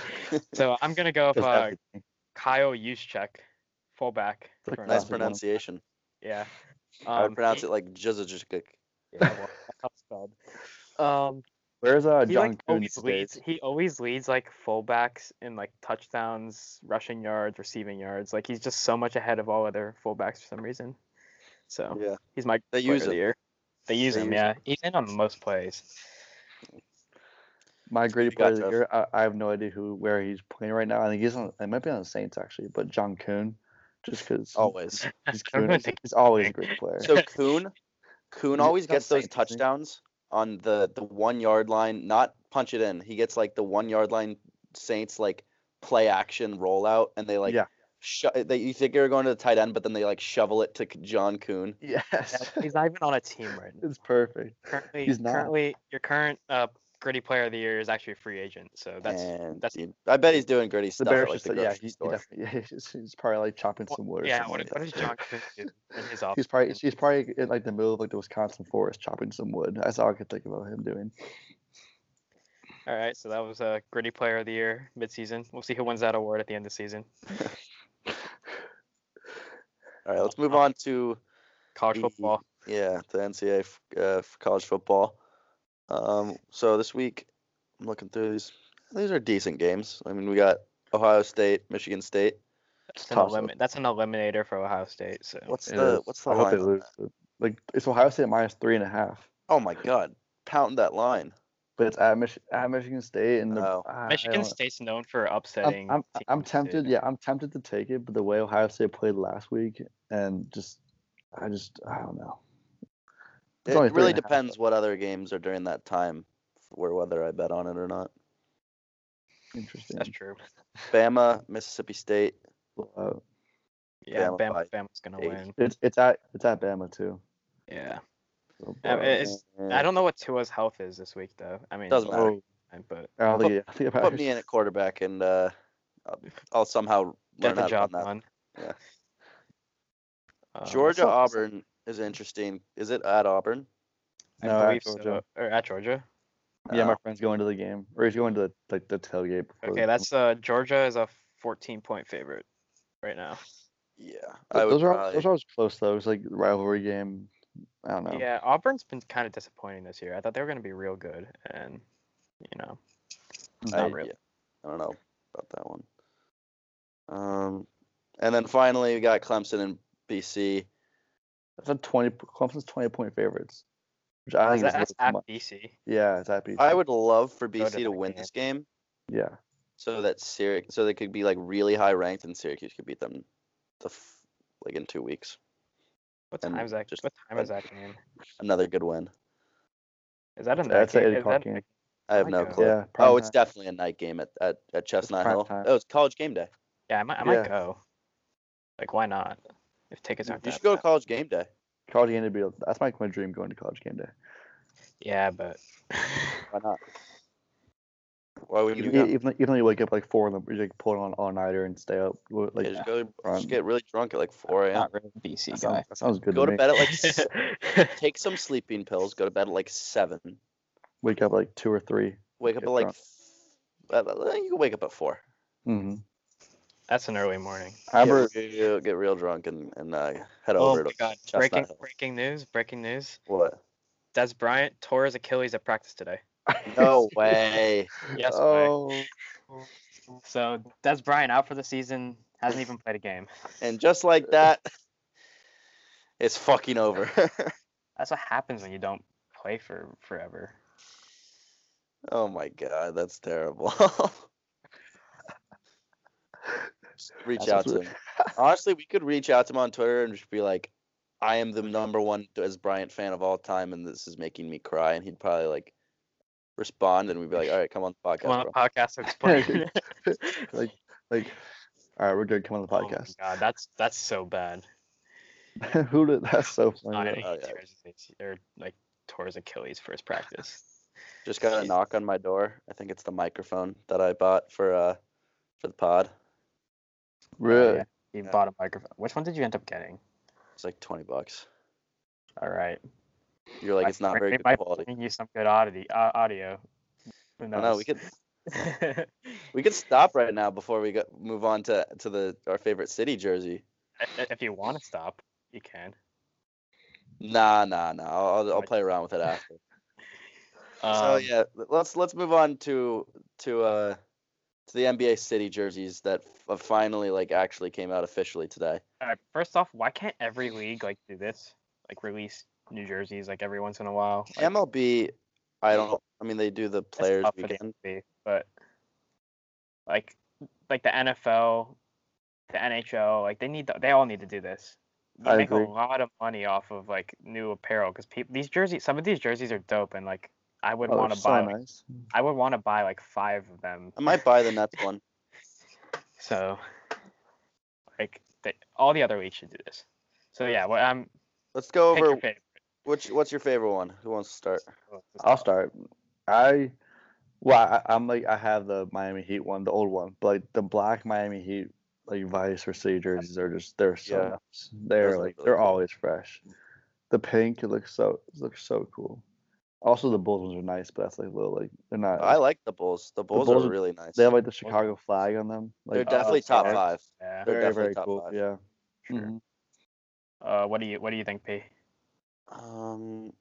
Speaker 3: so I'm gonna go with
Speaker 4: Does
Speaker 3: uh,
Speaker 4: everything.
Speaker 3: Kyle Juszczyk, fullback.
Speaker 4: Like,
Speaker 3: from,
Speaker 1: Nice
Speaker 3: uh,
Speaker 4: Awesome. pronounce-
Speaker 1: pronunciation.
Speaker 3: Yeah.
Speaker 1: I would pronounce
Speaker 3: he-
Speaker 1: it like Jizzajic.
Speaker 3: Yeah, well, that's how it's spelled. Um,
Speaker 4: Where's uh,
Speaker 3: he
Speaker 4: John
Speaker 3: like
Speaker 4: Kuhn
Speaker 3: always
Speaker 4: these
Speaker 3: leads.
Speaker 4: days?
Speaker 3: He always leads like fullbacks in like touchdowns, rushing yards, receiving yards. Like he's just so much ahead of all other fullbacks for some reason. So
Speaker 1: Yeah,
Speaker 3: he's my
Speaker 1: they
Speaker 3: player
Speaker 1: use
Speaker 3: of the
Speaker 1: it.
Speaker 3: year. They use
Speaker 1: They
Speaker 3: him.
Speaker 1: use
Speaker 3: yeah, he's in on most plays.
Speaker 4: My gritty
Speaker 1: got
Speaker 4: player of the
Speaker 1: Jeff.
Speaker 4: year. I, I have no idea who where he's playing right now. I think he's on. It might be on the Saints actually, but John Kuhn, just because
Speaker 1: Always.
Speaker 4: he's, Kuhn,
Speaker 3: I'm gonna
Speaker 4: he's,
Speaker 3: take-
Speaker 4: he's always a great player.
Speaker 1: So Kuhn, Kuhn
Speaker 4: He's
Speaker 1: always
Speaker 4: on
Speaker 1: gets those
Speaker 4: Saints, isn't he?
Speaker 1: touchdowns on the the one yard line, not punch it in. He gets like the one yard line Saints like play action rollout, and they like
Speaker 4: Yeah.
Speaker 1: sho- they you think you're going to the tight end, but then they like shovel it to K- John Kuhn.
Speaker 4: yes,
Speaker 3: He's not even on a team right now.
Speaker 4: it's perfect.
Speaker 3: Currently,
Speaker 4: he's not.
Speaker 3: currently your current uh, gritty player of the year is actually a free agent. So that's
Speaker 1: and
Speaker 3: that's
Speaker 1: you- I bet he's doing gritty
Speaker 4: The
Speaker 1: stuff at
Speaker 4: Bears
Speaker 1: like
Speaker 4: just
Speaker 1: the
Speaker 4: yeah,
Speaker 1: grocery
Speaker 4: he, he
Speaker 1: store.
Speaker 4: definitely yeah, he's, he's probably like chopping
Speaker 3: What-
Speaker 4: some wood. Or
Speaker 3: yeah.
Speaker 4: something
Speaker 3: What,
Speaker 4: like
Speaker 3: what is
Speaker 4: that.
Speaker 3: John Kuhn do in his office?
Speaker 4: He's probably he's probably in like the middle of like the Wisconsin forest chopping some wood. That's all I could think about him doing.
Speaker 3: All right, so that was a gritty player of the year midseason. We'll see who wins that award at the end of the season.
Speaker 1: All right, let's move
Speaker 4: Oh.
Speaker 1: on to
Speaker 3: College
Speaker 1: The-
Speaker 3: football.
Speaker 1: yeah the NCAA f- uh, for college football. Um, so this week, I'm looking through these. These are decent games. I mean, we got Ohio State, Michigan State.
Speaker 3: That's
Speaker 4: It's
Speaker 3: an,
Speaker 4: tough. though.
Speaker 3: elimin- that's an eliminator for Ohio State. So
Speaker 1: What's
Speaker 4: It
Speaker 1: the
Speaker 4: is.
Speaker 1: what's the
Speaker 4: I hope
Speaker 1: line?
Speaker 4: they lose. but- Like it's Ohio State minus three and a half,
Speaker 1: Oh my God, pound that line.
Speaker 4: but it's at, Mich- at Michigan State and the
Speaker 1: Oh.
Speaker 3: Michigan State's known for upsetting.
Speaker 4: I'm, I'm, I'm
Speaker 3: teams,
Speaker 4: tempted.
Speaker 3: dude.
Speaker 4: Yeah, I'm tempted to take it, but the way Ohio State played last week and just, I just, I don't know. It's only
Speaker 1: It
Speaker 4: three
Speaker 1: really
Speaker 4: and a half,
Speaker 1: depends what other games are during that time, or whether I bet on it or not.
Speaker 4: Interesting.
Speaker 3: that's true.
Speaker 1: Bama, Mississippi State.
Speaker 4: blowout.
Speaker 3: Yeah,
Speaker 1: Bama
Speaker 3: Bama,
Speaker 1: by
Speaker 3: Bama's gonna
Speaker 1: eight.
Speaker 3: win.
Speaker 4: It's it's at it's at Bama too.
Speaker 3: Yeah,
Speaker 4: so
Speaker 3: I, mean,
Speaker 4: blowout.
Speaker 3: it's, I don't know what Tua's health is this week though. I mean,
Speaker 1: Doesn't matter.
Speaker 4: Oh,
Speaker 3: but
Speaker 4: I don't
Speaker 1: Put-
Speaker 4: think- I think
Speaker 1: eh,
Speaker 4: about
Speaker 1: Put
Speaker 4: it.
Speaker 1: me in at quarterback, and uh, I'll, I'll somehow
Speaker 3: get
Speaker 1: learn
Speaker 3: the
Speaker 1: how to run
Speaker 3: job
Speaker 1: that.
Speaker 3: done.
Speaker 1: Yeah.
Speaker 3: Uh,
Speaker 1: Georgia
Speaker 3: so-
Speaker 1: Auburn is interesting. Is it at Auburn?
Speaker 3: I
Speaker 4: No, at
Speaker 3: believe so.
Speaker 4: Georgia.
Speaker 3: Or at Georgia.
Speaker 4: Yeah, my
Speaker 1: Oh.
Speaker 4: friend's going to the game, or he's going to the, like the tailgate. before
Speaker 3: Okay,
Speaker 4: the-
Speaker 3: that's uh Georgia is a 14 point favorite right now.
Speaker 1: Yeah, I would
Speaker 4: Those are al-
Speaker 1: probably-
Speaker 4: those are always close though. It's like rivalry game. I don't know.
Speaker 3: Yeah, Auburn's been kind of disappointing this year. I thought they were going to be real good, and you know,
Speaker 1: I,
Speaker 3: not really.
Speaker 1: yeah, I don't know about that one. Um, and then finally we got Clemson and BC.
Speaker 4: That's a twenty. Clemson's twenty point favorites, which I think
Speaker 3: That-
Speaker 4: is a
Speaker 3: that's
Speaker 4: little
Speaker 3: at
Speaker 4: too much.
Speaker 3: BC.
Speaker 4: Yeah, it's at BC.
Speaker 1: I would love for
Speaker 3: did
Speaker 1: BC to
Speaker 3: that
Speaker 1: win
Speaker 3: game.
Speaker 1: this game
Speaker 4: Yeah,
Speaker 1: so that Syrac- so they could be like really high ranked and Syracuse could beat them the f- like in two weeks.
Speaker 3: What
Speaker 1: And
Speaker 3: time is that?
Speaker 1: just-
Speaker 3: what time is that game?
Speaker 1: Another good win.
Speaker 3: Is that a night
Speaker 4: that's an
Speaker 3: game?
Speaker 4: eight
Speaker 3: Is
Speaker 4: o'clock
Speaker 3: that-
Speaker 4: game.
Speaker 1: I have
Speaker 3: my
Speaker 1: no
Speaker 3: God.
Speaker 1: clue.
Speaker 4: Yeah.
Speaker 1: oh,
Speaker 4: prime
Speaker 1: it's
Speaker 4: time.
Speaker 1: definitely a night game at at, at Chestnut
Speaker 4: prime
Speaker 1: Hill.
Speaker 4: time.
Speaker 1: Oh, it's College Game Day.
Speaker 3: Yeah, I might, I might
Speaker 4: Yeah.
Speaker 3: go. Like, why not? If tickets aren't
Speaker 1: You
Speaker 3: that
Speaker 1: should go to
Speaker 3: bad.
Speaker 1: College Game Day.
Speaker 4: college game day. That's my, my dream going to college game day.
Speaker 3: Yeah, but
Speaker 1: Why not? Why would you
Speaker 4: Even,
Speaker 1: go?
Speaker 4: even though- even though you wake up like four in the, you like pull it on all nighter and stay up. w- Like
Speaker 1: Yeah, just go
Speaker 4: run.
Speaker 1: just get really drunk at like 4 a.m.
Speaker 3: not really a BC
Speaker 4: that,
Speaker 3: guy.
Speaker 4: sounds, that sounds good.
Speaker 1: Go to
Speaker 4: to, me.
Speaker 1: bed at like s- take some sleeping pills. Go to bed at like seven.
Speaker 4: Wake up like two or three.
Speaker 1: Wake up
Speaker 4: Get
Speaker 1: at like
Speaker 4: drunk.
Speaker 1: th- uh, uh, you can wake up at four.
Speaker 4: Mm-hmm.
Speaker 3: That's an early morning.
Speaker 4: I remember
Speaker 1: get real, get real drunk and and uh, head
Speaker 3: Oh
Speaker 1: over
Speaker 3: my
Speaker 1: to
Speaker 3: god!
Speaker 1: Chestnut
Speaker 3: Breaking
Speaker 1: Hill.
Speaker 3: breaking news! Breaking news!
Speaker 1: What?
Speaker 3: Des Bryant tore his Achilles at practice today.
Speaker 1: No way.
Speaker 3: Yes, oh.
Speaker 4: oh,
Speaker 3: So Des Bryant out for the season. Hasn't even played a game.
Speaker 1: and just like that, it's fucking over.
Speaker 3: That's what happens when you don't play for forever.
Speaker 1: oh my god, that's terrible. Just reach
Speaker 4: That's
Speaker 1: out
Speaker 4: what's-
Speaker 1: to him. Honestly, we could reach out to him on Twitter and just be like, "I am the number one Des Bryant fan of all time, and this is making me cry." And he'd probably like respond, and we'd be like, "All right, come on the podcast,
Speaker 3: Come on
Speaker 1: bro."
Speaker 3: a podcast to explain.
Speaker 4: like like. All right, we're good. Come on the
Speaker 3: Oh my
Speaker 4: podcast.
Speaker 3: god, that's that's so bad.
Speaker 4: Who did that's so funny.
Speaker 3: Not
Speaker 4: though.
Speaker 3: he
Speaker 1: Oh, yeah.
Speaker 3: tears his- or like tore his Achilles for his practice.
Speaker 1: Just got a
Speaker 3: Jeez.
Speaker 1: knock on my door. I think it's the microphone that I bought for uh for the pod.
Speaker 4: Really?
Speaker 3: yeah. He
Speaker 1: Yeah.
Speaker 3: bought a microphone. Which one did you end up getting?
Speaker 1: It's like twenty bucks.
Speaker 3: All right.
Speaker 1: You're like
Speaker 3: I-
Speaker 1: it's not
Speaker 3: I-
Speaker 1: very
Speaker 3: they
Speaker 1: good
Speaker 3: might
Speaker 1: quality.
Speaker 3: Bring you some good audio. Uh, audio. Who
Speaker 1: I know we
Speaker 3: knows?
Speaker 1: could we could stop right now before we go, move on to to the our favorite city jersey.
Speaker 3: If- if you want to stop, you can.
Speaker 1: Nah, nah, nah. I'll, I'll play around with it after. so
Speaker 3: Um,
Speaker 1: Oh, yeah, l- let's let's move on to to uh to the NBA city jerseys that f- uh, finally like actually came out officially today.
Speaker 3: all right, first off, why can't every league like do this? Like release new jerseys like every once in a while. Like,
Speaker 1: MLB, I don't. I mean, they do the
Speaker 3: it's
Speaker 1: players
Speaker 3: tough for the
Speaker 1: weekend.
Speaker 3: MLB, but like like the NFL, the NHL, like they need to, they all need to do this. They
Speaker 4: I
Speaker 3: make
Speaker 4: agree.
Speaker 3: a lot of money off of like new apparel because people these jerseys some of these jerseys are dope and like I would
Speaker 4: Oh,
Speaker 3: want to
Speaker 4: so
Speaker 3: buy like,
Speaker 4: nice.
Speaker 3: I would want to buy like five of them.
Speaker 1: I might buy the Nets one.
Speaker 3: So, like, they, all the other leagues should do this. So yeah, well, I'm
Speaker 1: Let's go
Speaker 3: pick your
Speaker 1: over
Speaker 3: favorite.
Speaker 1: which what's your favorite one? Who wants to start?
Speaker 4: I'll start. I well, I, I'm like I have the Miami Heat one, the old one, but like, the black Miami Heat like Vice or City jerseys are just they're so
Speaker 1: Yeah.
Speaker 4: nice. They're
Speaker 1: Those look
Speaker 4: like
Speaker 1: really
Speaker 4: they're
Speaker 1: cool.
Speaker 4: always fresh. The pink it looks so it looks so cool. Also, the Bulls ones are nice, but that's like little like they're
Speaker 3: Uh,
Speaker 4: not.
Speaker 1: I like the Bulls. The Bulls,
Speaker 4: Bulls
Speaker 1: are
Speaker 4: are-
Speaker 1: really nice.
Speaker 4: they have like the Chicago flag on them. Like,
Speaker 1: They're
Speaker 3: uh,
Speaker 1: definitely top
Speaker 3: yeah.
Speaker 1: five. they're
Speaker 3: Yeah.
Speaker 4: very
Speaker 1: definitely
Speaker 4: very
Speaker 1: top
Speaker 4: cool.
Speaker 1: five.
Speaker 4: Yeah.
Speaker 3: Sure.
Speaker 4: Mhm.
Speaker 3: Uh, what do you What do you think, P?
Speaker 1: Um,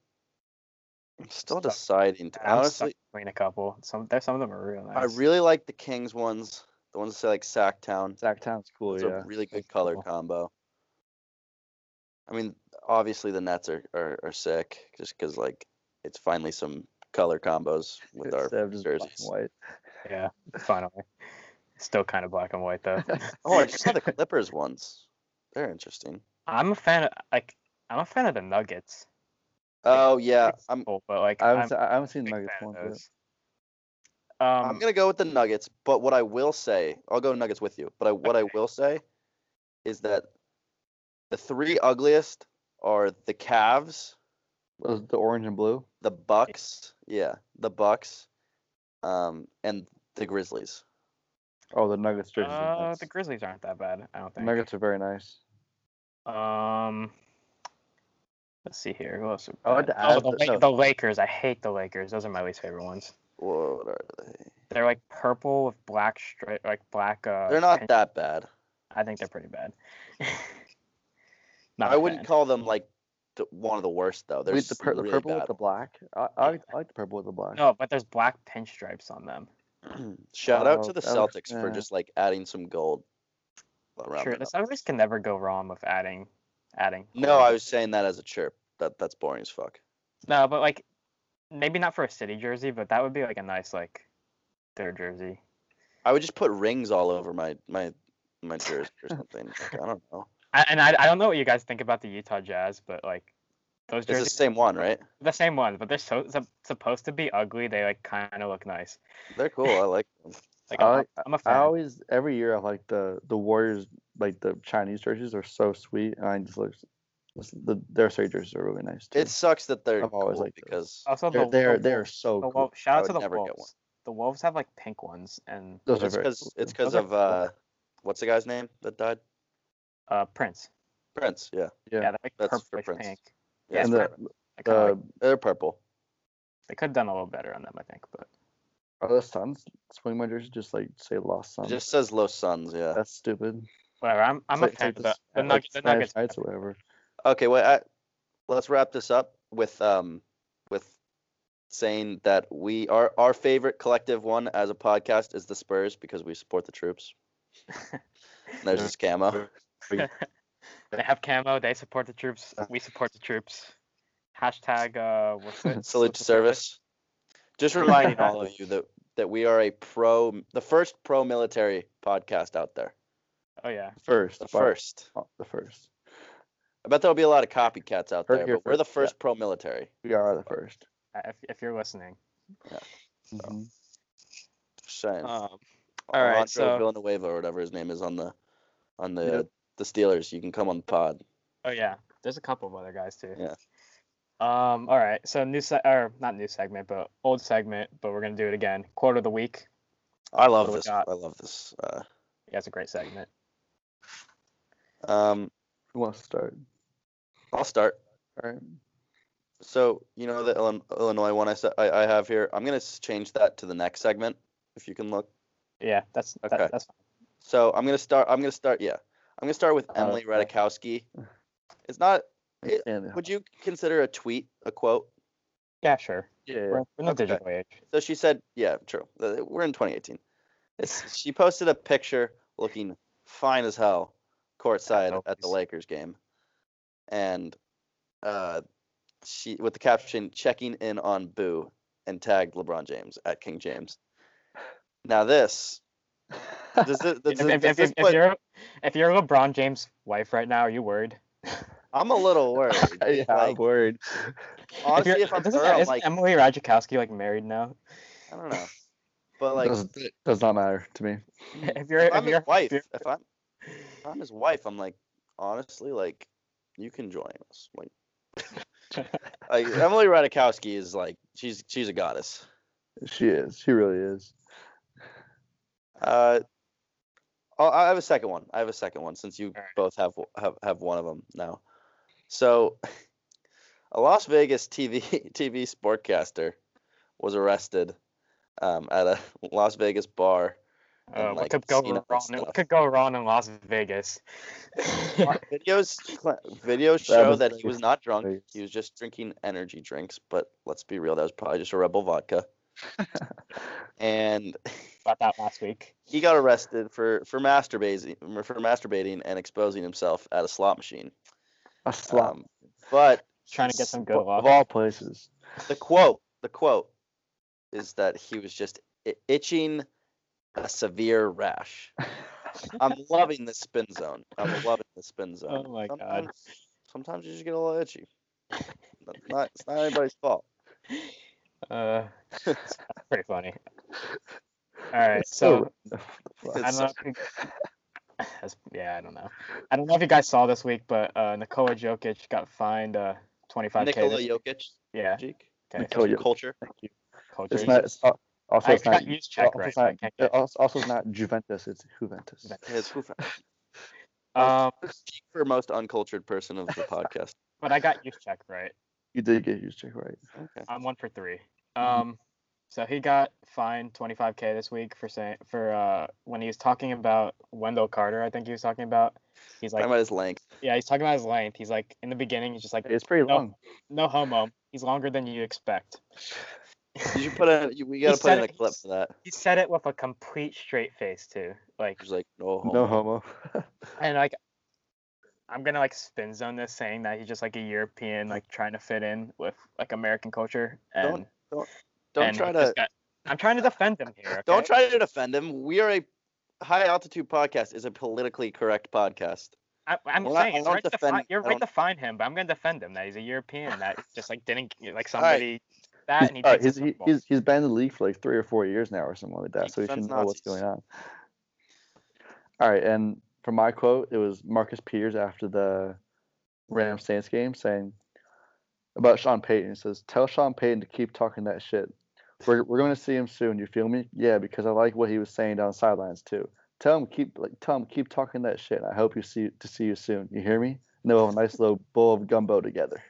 Speaker 1: I'm still
Speaker 3: Stuck.
Speaker 1: deciding. To,
Speaker 3: I'm stuck
Speaker 1: honestly,
Speaker 3: between a couple. Some there, some of them are real nice.
Speaker 1: I really like the Kings ones. The ones that say like Sac Town.
Speaker 4: Zach Town's cool.
Speaker 1: It's
Speaker 4: Oh, yeah.
Speaker 1: a really good
Speaker 3: That's
Speaker 1: color
Speaker 3: cool.
Speaker 1: combo. I mean, obviously the Nets are are, are sick just because like it's finally some color combos with our
Speaker 4: Instead of just black and
Speaker 1: jerseys.
Speaker 4: white.
Speaker 3: yeah. Finally, still kind of black and white though.
Speaker 1: Oh, I just saw the Clippers ones. They're interesting.
Speaker 3: I'm a fan of like I'm a fan of the Nuggets.
Speaker 1: Oh yeah,
Speaker 3: Nuggets are
Speaker 1: I'm
Speaker 3: cool, but like
Speaker 4: I haven't,
Speaker 3: I'm,
Speaker 4: se- I haven't seen
Speaker 3: a big
Speaker 4: Nuggets
Speaker 3: fan
Speaker 4: one.
Speaker 3: of
Speaker 4: but-
Speaker 3: those. Um,
Speaker 1: I'm gonna go with the Nuggets, but what I will say, I'll go Nuggets with you. But I, what I will say is that the three ugliest are the Cavs,
Speaker 4: Those the orange and blue.
Speaker 1: the Bucks, yeah, the Bucks, um, and the Grizzlies.
Speaker 4: Oh, the Nuggets jerseys. are
Speaker 3: uh,
Speaker 4: nice.
Speaker 3: the Grizzlies aren't that bad. I don't think.
Speaker 4: Nuggets are very nice.
Speaker 3: Um, let's see here. Who else?
Speaker 4: I like
Speaker 3: bad?
Speaker 4: the
Speaker 3: oh,
Speaker 4: Avs,
Speaker 3: the,
Speaker 4: but
Speaker 3: Lak-
Speaker 4: no.
Speaker 3: the Lakers. I hate the Lakers. Those are my least favorite ones.
Speaker 1: Whoa, what are they?
Speaker 4: Oh,
Speaker 3: They're like purple with black stri- like black. Uh,
Speaker 1: They're not
Speaker 3: pin-
Speaker 1: that bad.
Speaker 3: I think they're pretty bad. Not
Speaker 1: I
Speaker 3: a
Speaker 1: wouldn't
Speaker 3: fan.
Speaker 1: call them like the, one of the worst though. They're
Speaker 4: Wait, the, pur- the
Speaker 1: really
Speaker 4: purple with
Speaker 1: bad.
Speaker 4: the black. I, I, like- I like the purple with the black.
Speaker 3: No, but there's black pinstripes on them.
Speaker 1: Shout out
Speaker 4: Oh,
Speaker 1: to the
Speaker 4: that looks-
Speaker 1: Celtics for
Speaker 4: yeah.
Speaker 1: just like adding some gold around.
Speaker 3: Sure,
Speaker 1: their
Speaker 3: the
Speaker 1: numbers.
Speaker 3: Celtics can never go wrong with adding, adding.
Speaker 1: No, I was saying that as a chirp. That that's boring as fuck.
Speaker 3: No, but like, maybe not for a city jersey, but that would be like a nice like, their jersey.
Speaker 1: I would just put rings all over my my my jersey or something. Like, I don't know.
Speaker 3: I, and I, I don't know what you guys think about the Utah Jazz, but like, those
Speaker 1: It's the
Speaker 3: jerseys
Speaker 1: same one, right?
Speaker 3: are the same ones, but they're so sup- supposed to be ugly. They like kind of look nice.
Speaker 1: They're cool. I like them.
Speaker 3: Like
Speaker 4: I
Speaker 3: I'm,
Speaker 4: like-
Speaker 3: I'm a fan.
Speaker 4: I always every year I like the the Warriors like the Chinese jerseys are so sweet. And I just like the their Surrey jerseys are really nice too.
Speaker 1: It sucks that they're
Speaker 4: I've always
Speaker 1: cool
Speaker 4: liked those. Uh,
Speaker 1: because
Speaker 3: also, the,
Speaker 4: they're they're,
Speaker 3: the
Speaker 4: they're
Speaker 3: Wolves-
Speaker 4: so
Speaker 3: the
Speaker 4: cool.
Speaker 3: Wolves- shout
Speaker 1: I
Speaker 3: out to
Speaker 1: would
Speaker 3: the
Speaker 1: never
Speaker 3: Wolves.
Speaker 1: get one.
Speaker 3: The Wolves have like pink ones and
Speaker 4: Those are
Speaker 1: it's
Speaker 4: very
Speaker 1: because
Speaker 4: cool,
Speaker 1: it's
Speaker 4: too.
Speaker 1: because
Speaker 3: Those are
Speaker 1: of uh, what's the guy's name that died?
Speaker 3: uh Prince.
Speaker 1: Prince. Yeah,
Speaker 4: yeah.
Speaker 3: Yeah, they're like
Speaker 1: that's for
Speaker 3: purplish
Speaker 1: Prince.
Speaker 3: pink.
Speaker 1: Yeah,
Speaker 4: and
Speaker 3: it's
Speaker 4: the,
Speaker 3: purple. I kinda like-
Speaker 4: the
Speaker 1: they're purple.
Speaker 3: they could have done a little better on them, I think. But
Speaker 4: are the Suns swing my jersey just like say Lost
Speaker 1: It
Speaker 4: Suns.
Speaker 1: just uh, says Los Suns. Yeah.
Speaker 4: That's stupid.
Speaker 3: whatever. I'm I'm
Speaker 4: It's
Speaker 3: a
Speaker 4: like-
Speaker 3: fan
Speaker 4: it's
Speaker 3: of
Speaker 4: like
Speaker 1: uh,
Speaker 3: the, the,
Speaker 4: Sna- like
Speaker 3: Nuggets. The Nuggets.
Speaker 4: Smash Heights or whatever.
Speaker 1: Okay, well, I, let's wrap this up with um with saying that we our our favorite collective one as a podcast is the Spurs because we support the troops. And there's this camo.
Speaker 3: They have camo. They support the troops.
Speaker 1: Uh,
Speaker 3: We support the troops. Hashtag uh, what's it?
Speaker 1: Salute to service. Just reminding all of you that that we are a pro, the first pro military podcast out there.
Speaker 3: Oh yeah.
Speaker 4: First,
Speaker 1: The
Speaker 4: by-
Speaker 1: first.
Speaker 4: oh, the first.
Speaker 1: I bet there'll be a lot of copycats out
Speaker 4: Heard
Speaker 1: there,
Speaker 4: here
Speaker 1: but we're the
Speaker 4: first, yeah.
Speaker 1: first pro military.
Speaker 4: We are the first.
Speaker 3: Uh, If if you're listening.
Speaker 4: Mhm.
Speaker 1: Saying.
Speaker 3: Um, all right,
Speaker 1: Alonso
Speaker 3: so-
Speaker 1: Villanueva or whatever his name is on the on the
Speaker 4: Yep.
Speaker 1: the Steelers. You can come on the pod.
Speaker 3: oh yeah. There's a couple of other guys too.
Speaker 1: Yeah.
Speaker 3: Um. All right. So new se- or not new segment, but old segment. But we're gonna do it again. Quote of the week.
Speaker 1: I love
Speaker 3: What do we
Speaker 1: this.
Speaker 3: got?
Speaker 1: I love this. Uh,
Speaker 3: Yeah, it's a great segment.
Speaker 1: um,
Speaker 4: Who wants to start?
Speaker 1: I'll start.
Speaker 4: All right.
Speaker 1: So you know the Illin- Illinois one I, sa- I I have here. I'm gonna s- change that to the next segment if you can look.
Speaker 3: Yeah. That's that-
Speaker 1: Okay.
Speaker 3: that's fine.
Speaker 1: So I'm gonna start. I'm gonna start. Yeah, I'm gonna start with Emily
Speaker 4: okay.
Speaker 1: Radikowski. It's not. It-
Speaker 4: And-
Speaker 1: Would you consider a tweet a quote?
Speaker 3: Yeah. Sure.
Speaker 4: yeah,
Speaker 3: We're, we're in the
Speaker 1: Okay.
Speaker 3: digital age.
Speaker 1: So she said, yeah, true. Uh, We're in 2018. It's, she posted a picture looking fine as hell courtside at the
Speaker 3: always.
Speaker 1: Lakers game. And uh, she with the caption checking in on Boo and tagged LeBron James at King James. Now this does this, does
Speaker 3: If,
Speaker 1: this,
Speaker 3: if,
Speaker 1: does
Speaker 3: if,
Speaker 1: this
Speaker 3: if, if
Speaker 1: put-
Speaker 3: you're if you're LeBron James' wife right now, are you worried?
Speaker 1: I'm a little worried.
Speaker 4: yeah, I'm
Speaker 1: Like,
Speaker 4: worried.
Speaker 1: honestly,
Speaker 3: you're-
Speaker 1: if, I'm
Speaker 3: doesn't-
Speaker 1: her, I'm
Speaker 3: isn't
Speaker 1: like,
Speaker 3: Emily Radzikowski like married now?
Speaker 1: I don't know. But like,
Speaker 4: does, does not matter to me.
Speaker 3: if you're
Speaker 1: if
Speaker 3: if
Speaker 1: I'm
Speaker 3: you're
Speaker 1: his wife,
Speaker 3: if
Speaker 1: if I'm if I'm his wife, I'm like, honestly, like, you can join us. Like, like Emily Radikowski is like, she's she's a goddess.
Speaker 4: She is. She really is.
Speaker 1: Uh, oh, I have a second one. I have a second one since you
Speaker 3: Alright.
Speaker 1: both have, have have one of them now. So, a Las Vegas TV TV sportcaster was arrested um, at a Las Vegas bar.
Speaker 3: you're, uh,
Speaker 1: and,
Speaker 3: what
Speaker 1: like,
Speaker 3: could go
Speaker 1: seen all
Speaker 3: wrong?
Speaker 1: this
Speaker 3: What
Speaker 1: stuff.
Speaker 3: could go wrong in Las Vegas?
Speaker 1: videos cla- videos
Speaker 4: That
Speaker 1: show
Speaker 4: was
Speaker 1: that
Speaker 4: like
Speaker 1: he was not drunk.
Speaker 4: hilarious.
Speaker 1: He was just drinking energy drinks, but let's be real, that was probably just a Rebel vodka. and
Speaker 3: About that last week.
Speaker 1: he got arrested for for masturbating for masturbating and exposing himself at a slot machine.
Speaker 4: A slum.
Speaker 1: Um, but
Speaker 3: Trying to get some good
Speaker 4: of
Speaker 3: luck.
Speaker 4: all places.
Speaker 1: the quote the quote is that he was just i- itching a severe rash. I'm loving the spin zone. I'm loving the spin zone.
Speaker 3: Oh my God.
Speaker 1: Sometimes- Sometimes you just get a little itchy. That's not, it's not anybody's fault.
Speaker 3: Uh, it's pretty funny. All right,
Speaker 4: It's so
Speaker 3: so
Speaker 4: random.
Speaker 3: I
Speaker 1: It's
Speaker 3: don't know. If you... That's- yeah, I don't know. I don't know if you guys saw this week, but uh, Nikola Jokic got fined uh, 25k.
Speaker 1: Nikola
Speaker 3: this-
Speaker 1: Jokic,
Speaker 3: yeah,
Speaker 1: Jake.
Speaker 3: okay.
Speaker 4: Nikola Jokic.
Speaker 1: Culture.
Speaker 3: Culture
Speaker 4: It's
Speaker 3: is-
Speaker 4: not. It's, al- also,
Speaker 3: I
Speaker 4: it's not.
Speaker 3: can't use check
Speaker 4: also,
Speaker 3: right,
Speaker 4: it's
Speaker 3: so I
Speaker 4: not
Speaker 3: can't
Speaker 4: it
Speaker 3: get-
Speaker 4: also, also it's not Juventus. It's Juventus.
Speaker 1: His hoof-
Speaker 3: Um,
Speaker 1: Speak for most uncultured person of the podcast.
Speaker 3: but I got use check right.
Speaker 4: You did get used to it, right?
Speaker 1: Okay. Mm-hmm.
Speaker 3: I'm one for three. Um, So he got fined 25k this week for saying for uh when he was talking about Wendell Carter, I think he was talking about. He's
Speaker 1: Talking
Speaker 3: like,
Speaker 1: about his length.
Speaker 3: yeah, he's talking about his length. He's like, in the beginning, he's just like,
Speaker 4: It's pretty
Speaker 3: No.
Speaker 4: long.
Speaker 3: no homo. He's longer than you expect.
Speaker 1: You should put in. You, we gotta put
Speaker 3: said
Speaker 1: in a
Speaker 3: it.
Speaker 1: clip for that.
Speaker 3: He said it with a complete straight face too. Like,
Speaker 1: He's like, no,
Speaker 4: No
Speaker 1: homo.
Speaker 4: homo.
Speaker 3: and like, I'm gonna like spin zone this, saying that he's just like a European, like trying to fit in with like American culture. And
Speaker 1: Don't- don't
Speaker 3: and
Speaker 1: try
Speaker 3: he
Speaker 1: to.
Speaker 3: just got- I'm trying to defend him here.
Speaker 1: Don't
Speaker 3: okay?
Speaker 1: try to defend him. We are a high altitude podcast. Is a politically correct podcast.
Speaker 3: I, I'm
Speaker 1: Well, I-
Speaker 3: saying
Speaker 1: I
Speaker 3: it's
Speaker 1: don't
Speaker 3: right to
Speaker 1: defend-
Speaker 3: fi- you're
Speaker 1: I
Speaker 3: right
Speaker 1: don't-
Speaker 3: to find him, but I'm gonna defend him that he's a European that just like didn't get- like
Speaker 1: All right.
Speaker 3: somebody that and he
Speaker 4: Uh,
Speaker 3: takes
Speaker 4: he's,
Speaker 3: the
Speaker 4: he-
Speaker 3: football.
Speaker 4: he's he's been in the league for like three or four years now or something like
Speaker 1: He
Speaker 4: that, so he
Speaker 1: defends
Speaker 4: shouldn't know what's
Speaker 1: Nazis.
Speaker 4: going on. All right, and for my quote, it was Marcus Peters after the Rams Saints game saying about Sean Payton. He says, "Tell Sean Payton to keep talking that shit. We're we're going to see him soon. You feel me? Yeah, because I like what he was saying down the sidelines too. Tell him keep like tell him keep talking that shit. I hope you see to see you soon. You hear me? And they'll have a nice little bowl of gumbo together.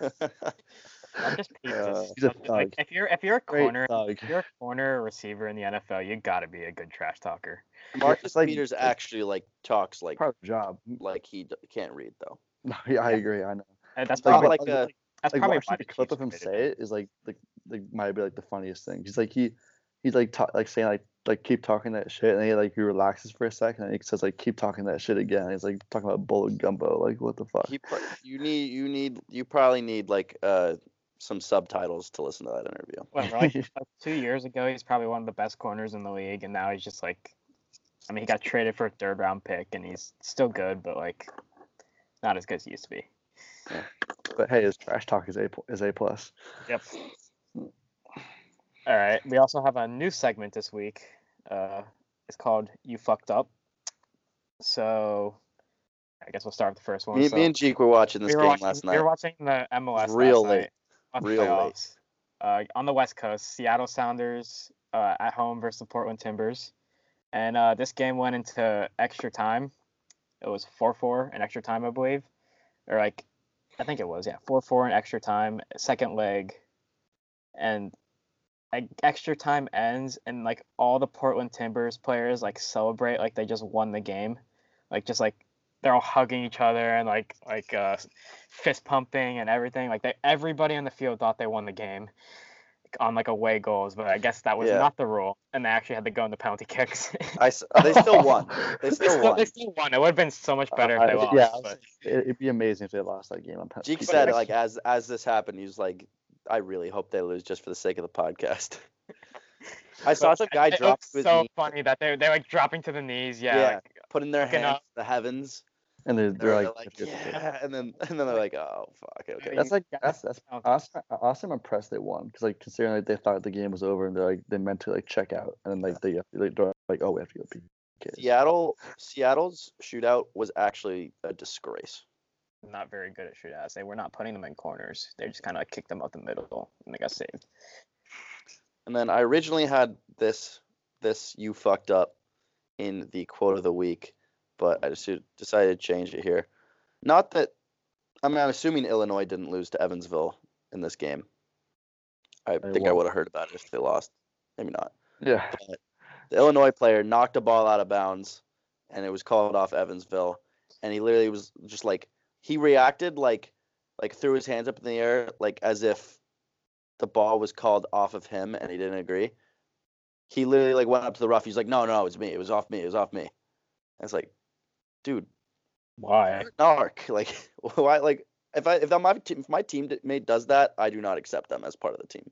Speaker 3: Marcus Peters is
Speaker 4: he's a
Speaker 3: such- like,
Speaker 4: thug.
Speaker 3: if you're if you're a
Speaker 4: Great
Speaker 3: corner,
Speaker 4: thug.
Speaker 3: if you're a corner or receiver in the NFL, you got to be a good trash talker.
Speaker 1: Marcus
Speaker 4: it's like-
Speaker 1: Peters actually like talks like
Speaker 4: part of the job.
Speaker 1: like he d- can't read though.
Speaker 4: No, yeah, I agree. I know.
Speaker 3: And that's
Speaker 1: Not
Speaker 3: probably
Speaker 1: like uh, a
Speaker 3: that's
Speaker 4: like
Speaker 3: probably
Speaker 4: watching
Speaker 3: why
Speaker 4: the
Speaker 3: the
Speaker 4: clip
Speaker 3: Chiefs
Speaker 4: of him
Speaker 3: traded
Speaker 4: say it is like like like might be like the funniest thing. He's like he he's like ta- like saying like like keep talking that shit, and then he like he relaxes for a second, and he says like keep talking that shit again. And he's like talking about bowl of gumbo. Like what the fuck?
Speaker 1: He, pro- you need you need you probably need like uh some subtitles to listen to that interview.
Speaker 3: whatever, like, like, two years ago, he's probably one of the best corners in the league, and now he's just like, I mean, he got traded for a third round pick, and he's still good, but like, not as good as he used to be.
Speaker 4: But hey, his trash talk is a pl- is a plus.
Speaker 3: Yep. All right. We also have a new segment this week. Uh, it's called "You Fucked Up." So, I guess we'll start with the first one.
Speaker 1: Me,
Speaker 3: so,
Speaker 1: me and Jeek were watching this
Speaker 3: we were
Speaker 1: game
Speaker 3: watching,
Speaker 1: last
Speaker 3: We
Speaker 1: night.
Speaker 3: were watching the MLS
Speaker 1: Real
Speaker 3: last
Speaker 1: late.
Speaker 3: night on the
Speaker 1: Real late.
Speaker 3: playoffs. Uh, on the West Coast, Seattle Sounders uh, at home versus the Portland Timbers, and uh, this game went into extra time. It was four four in extra time, I believe, or like I think it was yeah four four in extra time, second leg, and like extra time ends and like all the Portland Timbers players like celebrate like they just won the game, like just like they're all hugging each other and like like uh, fist pumping and everything. Like they, everybody on the field thought they won the game on like away goals, but I guess that was
Speaker 1: Yeah.
Speaker 3: not the rule, and they actually had to go into penalty kicks.
Speaker 1: I s- uh, they still won. They
Speaker 3: they,
Speaker 1: still
Speaker 3: still,
Speaker 1: won. Uh,
Speaker 3: they still won. It would have been so much better
Speaker 4: I-
Speaker 3: if
Speaker 4: I-
Speaker 3: they lost.
Speaker 4: yeah, I was
Speaker 3: but
Speaker 4: It, it'd be amazing if they lost that game. on pen-
Speaker 1: Jeek
Speaker 4: penalty
Speaker 1: said
Speaker 4: kicks.
Speaker 1: like as as this happened, he was like, I really hope they lose just for the sake of the podcast. I saw
Speaker 3: But
Speaker 1: some guy
Speaker 3: it
Speaker 1: drop
Speaker 3: was
Speaker 1: to his
Speaker 3: so
Speaker 1: knee,
Speaker 3: funny that they they're like dropping to the knees. Yeah,
Speaker 1: Yeah.
Speaker 3: like,
Speaker 1: putting their
Speaker 3: fucking
Speaker 1: hands
Speaker 3: up.
Speaker 1: to the heavens.
Speaker 4: and they're, they're like,
Speaker 1: they're like
Speaker 4: "That's good."
Speaker 1: yeah, and then and then they're like, oh fuck, okay.
Speaker 4: That's like
Speaker 3: Yeah.
Speaker 4: that's that's
Speaker 3: Oh.
Speaker 4: honestly, honestly I'm impressed they won because like considering like they thought the game was over and they like they meant to like check out and like they like they're like oh we have to go PK.
Speaker 1: Seattle Seattle's shootout was actually a disgrace.
Speaker 3: not very good at shootouts. They were not putting them in corners. They just kind of like kicked them up the middle, and they got saved.
Speaker 1: And then I originally had this this you fucked up in the quote of the week, but I just decided to change it here. Not that I mean I'm assuming Illinois didn't lose to Evansville in this game. I think I
Speaker 4: won.
Speaker 1: would have heard about it if they lost. Maybe not.
Speaker 4: Yeah,
Speaker 1: The Illinois player knocked a ball out of bounds and it was called off Evansville and he literally was just like he reacted like like threw his hands up in the air like as if the ball was called off of him and he didn't agree. He literally like went up to the rough. He's like, no, no, it's me. It was off me. It was off me. And it's like, dude,
Speaker 3: Why?
Speaker 1: you're a narc. Like, why? Like, if I if that my team, if my teammate does that, I do not accept them as part of the team.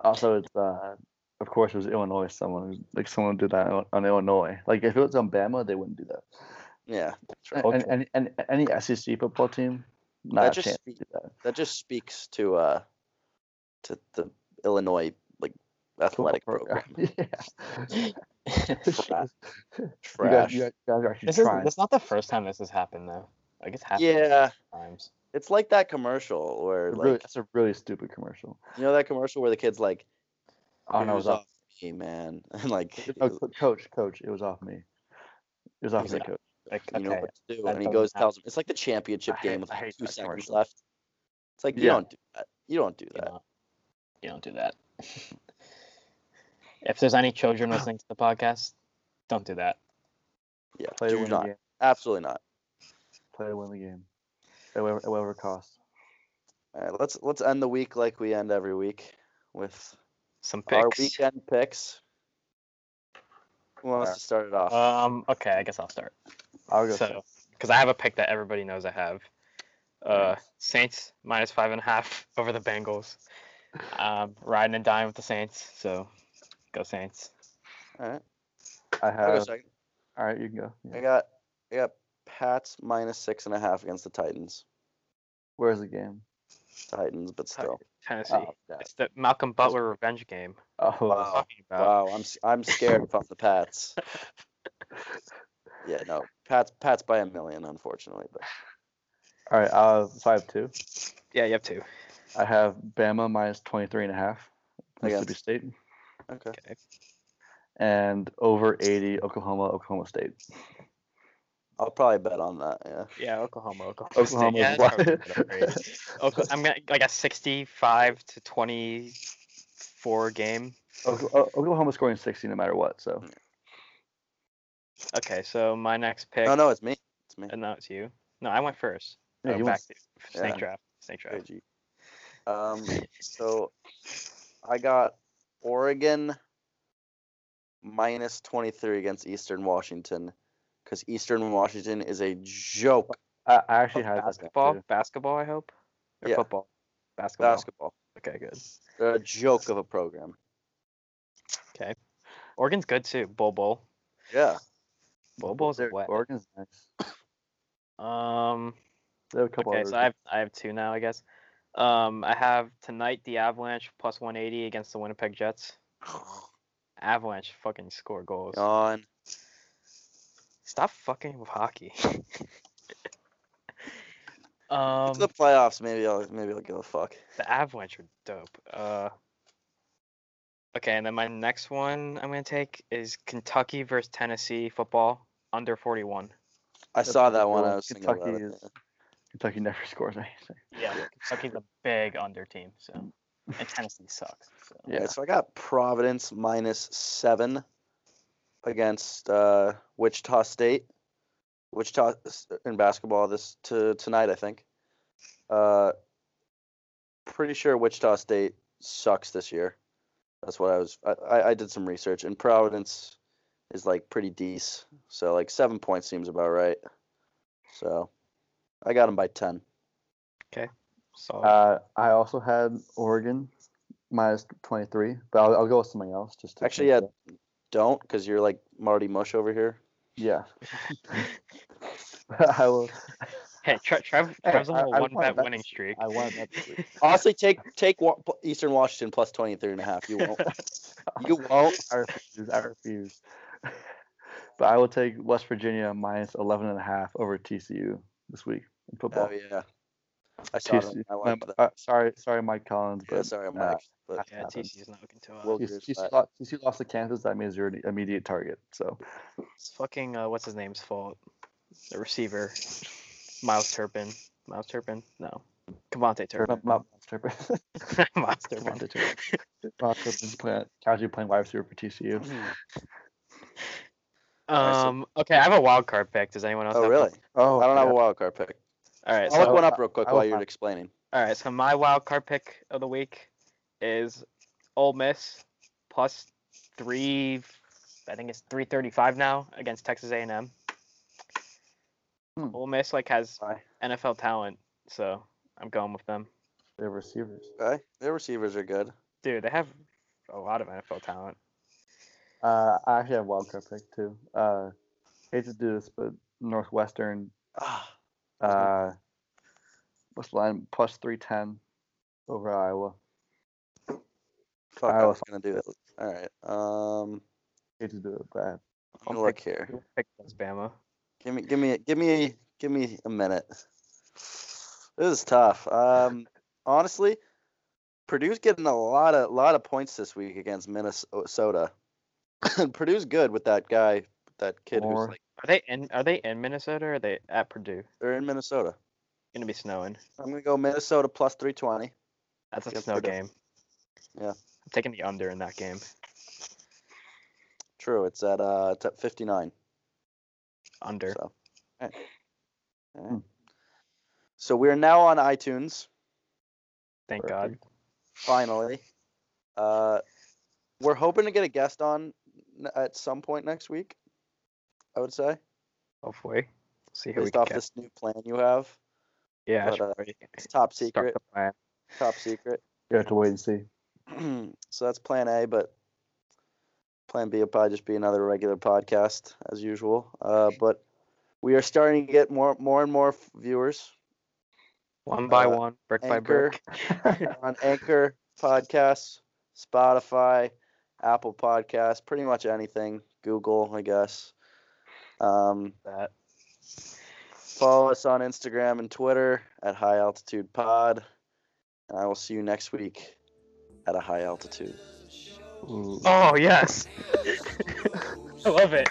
Speaker 4: Also, it's uh, of course it was Illinois. Someone who- like someone did that on, on Illinois. Like if it was on Bama, they wouldn't do that.
Speaker 1: Yeah, that's right.
Speaker 4: And, and, and, and any SEC football team, not
Speaker 1: That
Speaker 4: a
Speaker 1: just
Speaker 4: chance
Speaker 1: spe-
Speaker 4: to do that.
Speaker 1: That just speaks to uh to the Illinois like athletic program.
Speaker 4: yeah.
Speaker 1: Trash.
Speaker 4: You guys,
Speaker 1: Trash.
Speaker 4: you guys are actually
Speaker 3: This is
Speaker 4: trying.
Speaker 3: that's not the first time this has happened though. Like it's happened
Speaker 1: yeah,
Speaker 3: times.
Speaker 1: it's like that commercial where
Speaker 4: It's a
Speaker 1: like
Speaker 4: really- that's a really stupid commercial.
Speaker 1: you know that commercial where the kids like
Speaker 4: Oh no, it was
Speaker 1: Who's
Speaker 4: off.
Speaker 1: off me, man. And like, he
Speaker 4: Oh,
Speaker 1: was-
Speaker 4: co- coach, coach, it was off me. It was off
Speaker 1: He's
Speaker 4: me,
Speaker 1: like,
Speaker 4: coach.
Speaker 3: Like
Speaker 1: you know
Speaker 3: okay,
Speaker 1: what to do.
Speaker 3: that
Speaker 1: And he
Speaker 3: doesn't
Speaker 1: goes,
Speaker 3: happen.
Speaker 1: tells him, it's like the championship
Speaker 4: I hate-
Speaker 1: game with
Speaker 4: I
Speaker 1: like
Speaker 4: hate
Speaker 1: two
Speaker 4: that
Speaker 1: seconds
Speaker 4: commercial.
Speaker 1: left. It's like, you
Speaker 4: Yeah.
Speaker 1: don't do that. You don't do
Speaker 3: you
Speaker 1: that.
Speaker 3: don't, you don't do that. If there's any children listening to the podcast, don't do that.
Speaker 1: Yeah,
Speaker 4: Play to
Speaker 1: do
Speaker 4: win
Speaker 1: not.
Speaker 4: the game.
Speaker 1: Absolutely not.
Speaker 4: Play to win the game. At whatever, at whatever cost.
Speaker 1: All right, let's let's end the week like we end every week with
Speaker 3: Some
Speaker 1: our
Speaker 3: picks.
Speaker 1: weekend picks. Who wants
Speaker 4: Alright.
Speaker 1: to start it off?
Speaker 3: Um. Okay, I guess I'll start.
Speaker 4: I'll go.
Speaker 3: So, because I have a pick that everybody knows I have. Uh, Saints minus five and a half over the Bengals. Um, riding and dying with the Saints, so go Saints.
Speaker 1: All right,
Speaker 4: first. I
Speaker 1: I'll go
Speaker 4: have.
Speaker 1: second.
Speaker 4: All right, you can go. Yeah.
Speaker 1: I got I got Pats minus six and a half against the Titans.
Speaker 4: Where's the game?
Speaker 1: Titans, but still.
Speaker 3: Tennessee.
Speaker 4: Oh,
Speaker 1: yeah.
Speaker 3: It's the Malcolm Butler revenge game.
Speaker 4: Oh,
Speaker 3: I'm
Speaker 1: Wow.
Speaker 3: talking about.
Speaker 1: Wow, I'm s- I'm scared if I'm the Pats. Yeah, no, Pats Pats by a million, unfortunately. But
Speaker 4: all right. I'll so I have two.
Speaker 3: Yeah, you have two.
Speaker 4: I have Bama minus 23 and a half, Mississippi
Speaker 1: Against-
Speaker 4: State,
Speaker 1: okay,
Speaker 3: Okay.
Speaker 4: and over 80 Oklahoma, Oklahoma State.
Speaker 1: I'll probably bet on that. Yeah,
Speaker 3: Yeah, Oklahoma, Oklahoma. State.
Speaker 4: Oklahoma
Speaker 3: Yeah,
Speaker 4: is
Speaker 3: that's
Speaker 4: what?
Speaker 3: probably a good upgrade. Oka- I'm gonna like a 65 to 24 game.
Speaker 4: Ok- O- Oklahoma scoring 60 no matter what. So
Speaker 3: Okay, so my next pick.
Speaker 1: no, no, it's me. It's me.
Speaker 3: And now it's you. No, I went first.
Speaker 4: Yeah,
Speaker 3: oh,
Speaker 4: you
Speaker 3: back
Speaker 4: went
Speaker 3: to snake
Speaker 1: yeah.
Speaker 3: draft. Snake draft.
Speaker 1: AG. Um, so I got Oregon minus 23 against Eastern Washington because Eastern Washington is a joke
Speaker 4: I, I actually had that
Speaker 3: basketball.
Speaker 4: too.
Speaker 3: Basketball. I hope. Or
Speaker 1: Yeah.
Speaker 3: football. Basketball.
Speaker 1: basketball.
Speaker 3: Okay, good.
Speaker 1: They're a joke of a program.
Speaker 3: Oregon's good too. Bull Bull.
Speaker 1: Yeah.
Speaker 3: Bull Bull's
Speaker 4: Their
Speaker 3: wet.
Speaker 4: Oregon's nice.
Speaker 3: Um.
Speaker 4: They have a couple
Speaker 3: Okay,
Speaker 4: others.
Speaker 3: so I have I have two now, I guess. Um, I have tonight the Avalanche plus 180 against the Winnipeg Jets. Avalanche fucking score goals.
Speaker 1: On.
Speaker 3: Stop fucking with hockey.
Speaker 1: Get
Speaker 3: um,
Speaker 1: to the playoffs, maybe I'll maybe I'll give a fuck.
Speaker 3: The Avalanche are dope. Uh, okay, and then my next one I'm gonna take is Kentucky versus Tennessee football under 41.
Speaker 1: I
Speaker 4: That's
Speaker 1: saw
Speaker 4: a
Speaker 1: that
Speaker 4: good
Speaker 1: one.
Speaker 4: one.
Speaker 1: I was thinking about
Speaker 4: Kentucky
Speaker 1: it.
Speaker 4: is- Kentucky never scores anything.
Speaker 3: Yeah, Kentucky's a big under team, so and Tennessee sucks. So.
Speaker 1: Yeah. so I got Providence minus seven against uh, Wichita State. Wichita s- in basketball this to tonight, I think. Uh, pretty sure Wichita State sucks this year. That's what I was. I, I- I did some research, and Providence is like pretty decent. So like seven points seems about right. So I got them by ten.
Speaker 3: So
Speaker 4: Uh, I also had Oregon minus 23, but I'll, I'll go with something else. Just to
Speaker 1: Actually, yeah,
Speaker 4: change it up.
Speaker 1: don't because you're like Marty Mush over here.
Speaker 4: yeah. But I will.
Speaker 3: hey, Tre- Trev,
Speaker 4: Hey,
Speaker 3: Trev's
Speaker 4: I-
Speaker 3: on
Speaker 4: I
Speaker 3: a
Speaker 4: wanted
Speaker 3: one bet
Speaker 4: that
Speaker 3: winning
Speaker 4: to-
Speaker 3: streak.
Speaker 4: I want that. to be-
Speaker 1: Honestly, take take Wa- Eastern Washington plus 23 and a half. You won't. you won't.
Speaker 4: I refuse. I refuse. but I will take West Virginia minus 11 and a half over TCU this week in football.
Speaker 1: Oh yeah. I saw
Speaker 4: TCU.
Speaker 1: that. I
Speaker 4: um,
Speaker 1: liked that.
Speaker 4: uh, sorry, sorry, Mike Collins.
Speaker 1: Yeah,
Speaker 4: but
Speaker 1: sorry,
Speaker 4: nah,
Speaker 1: Mike. But
Speaker 3: Yeah,
Speaker 4: happened.
Speaker 3: TCU's not looking too
Speaker 1: Well-
Speaker 3: well.
Speaker 4: TCU,
Speaker 1: Here's
Speaker 4: lost, TCU lost to Kansas. That means you're an immediate target. So
Speaker 3: It's fucking uh, what's his name's fault? The receiver, Miles Turpin. Miles Turpin? No, Cavante Turpin.
Speaker 4: not, not Turpin.
Speaker 3: Miles Turpin.
Speaker 4: Devontae Turpin. Not Turpin playing, casually playing wide receiver for TCU.
Speaker 1: Alright, so-
Speaker 3: Um. Okay, I have a wild card pick. Does anyone else?
Speaker 1: oh
Speaker 3: have
Speaker 1: really? Oh,
Speaker 4: Oh,
Speaker 1: I don't have a
Speaker 4: yeah.
Speaker 1: wild card pick.
Speaker 3: All right.
Speaker 1: I'll look
Speaker 3: So,
Speaker 4: I'll-
Speaker 1: one up real quick
Speaker 4: I'll
Speaker 1: while you're
Speaker 4: find-
Speaker 1: explaining.
Speaker 3: all right. So my wild card pick of the week is Ole Miss plus three. I think it's three thirty-five now against Texas A&M.
Speaker 4: Hmm.
Speaker 3: Ole Miss like has
Speaker 1: Why?
Speaker 3: NFL talent, so I'm going with them.
Speaker 4: They have receivers.
Speaker 1: Okay. Their receivers are good.
Speaker 3: Dude, they have a lot of NFL talent.
Speaker 4: Uh, I actually have a wild card pick too. Uh, hate to do this, but Northwestern.
Speaker 1: Ah,
Speaker 4: Uh, what's the line? Plus three ten over Iowa.
Speaker 1: fuck. I
Speaker 4: Iowa
Speaker 1: was gonna do it. All right. Um.
Speaker 4: Hate to do it, but
Speaker 1: Let me look here.
Speaker 3: Pick against Bama.
Speaker 1: Give me, give me, give me, give me a minute. This is tough. Um, honestly, Purdue's getting a lot of lot of points this week against Minnesota. Purdue's good with that guy, that kid
Speaker 4: Moore.
Speaker 1: who's like
Speaker 3: Are they in? Are they in Minnesota? or Are they at Purdue?
Speaker 1: they're in Minnesota.
Speaker 3: Gonna be snowing.
Speaker 1: I'm gonna go Minnesota plus three twenty.
Speaker 3: That's a
Speaker 1: Against
Speaker 3: snow
Speaker 1: Purdue.
Speaker 3: game.
Speaker 1: Yeah.
Speaker 3: I'm taking the under in that game.
Speaker 1: True. It's at uh, it's at 59.
Speaker 3: Under.
Speaker 1: So, alright. Alright. So we're now on iTunes.
Speaker 3: Thank God.
Speaker 4: perfect.
Speaker 1: Finally, uh, we're hoping to get a guest on n- at some point next week. I would say
Speaker 3: Hopefully. See who we
Speaker 1: based
Speaker 3: can
Speaker 1: off
Speaker 3: get.
Speaker 1: this new plan you have.
Speaker 3: yeah, I
Speaker 1: but,
Speaker 3: should
Speaker 1: uh,
Speaker 3: probably
Speaker 1: It's top
Speaker 3: start
Speaker 1: secret.
Speaker 3: the plan.
Speaker 1: Top secret.
Speaker 4: You have to wait and see.
Speaker 1: so that's plan A, but plan B will probably just be another regular podcast as usual. Uh, but we are starting to get more, more and more f- viewers
Speaker 3: One by
Speaker 1: uh,
Speaker 3: one, brick by
Speaker 1: Anchor.
Speaker 3: brick.
Speaker 1: on Anchor Podcasts, Spotify, Apple Podcasts, pretty much anything. Google, I guess. Um,
Speaker 3: that.
Speaker 1: follow us on Instagram and Twitter at High Altitude Pod. And I will see you next week at a high altitude.
Speaker 3: Oh yes. I love it.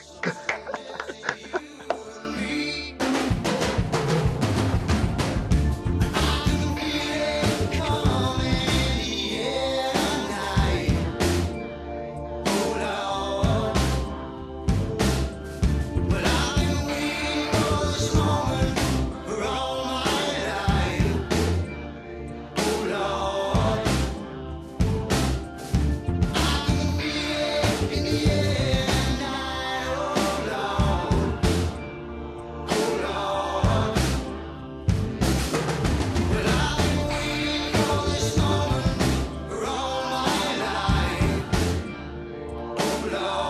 Speaker 5: Lord.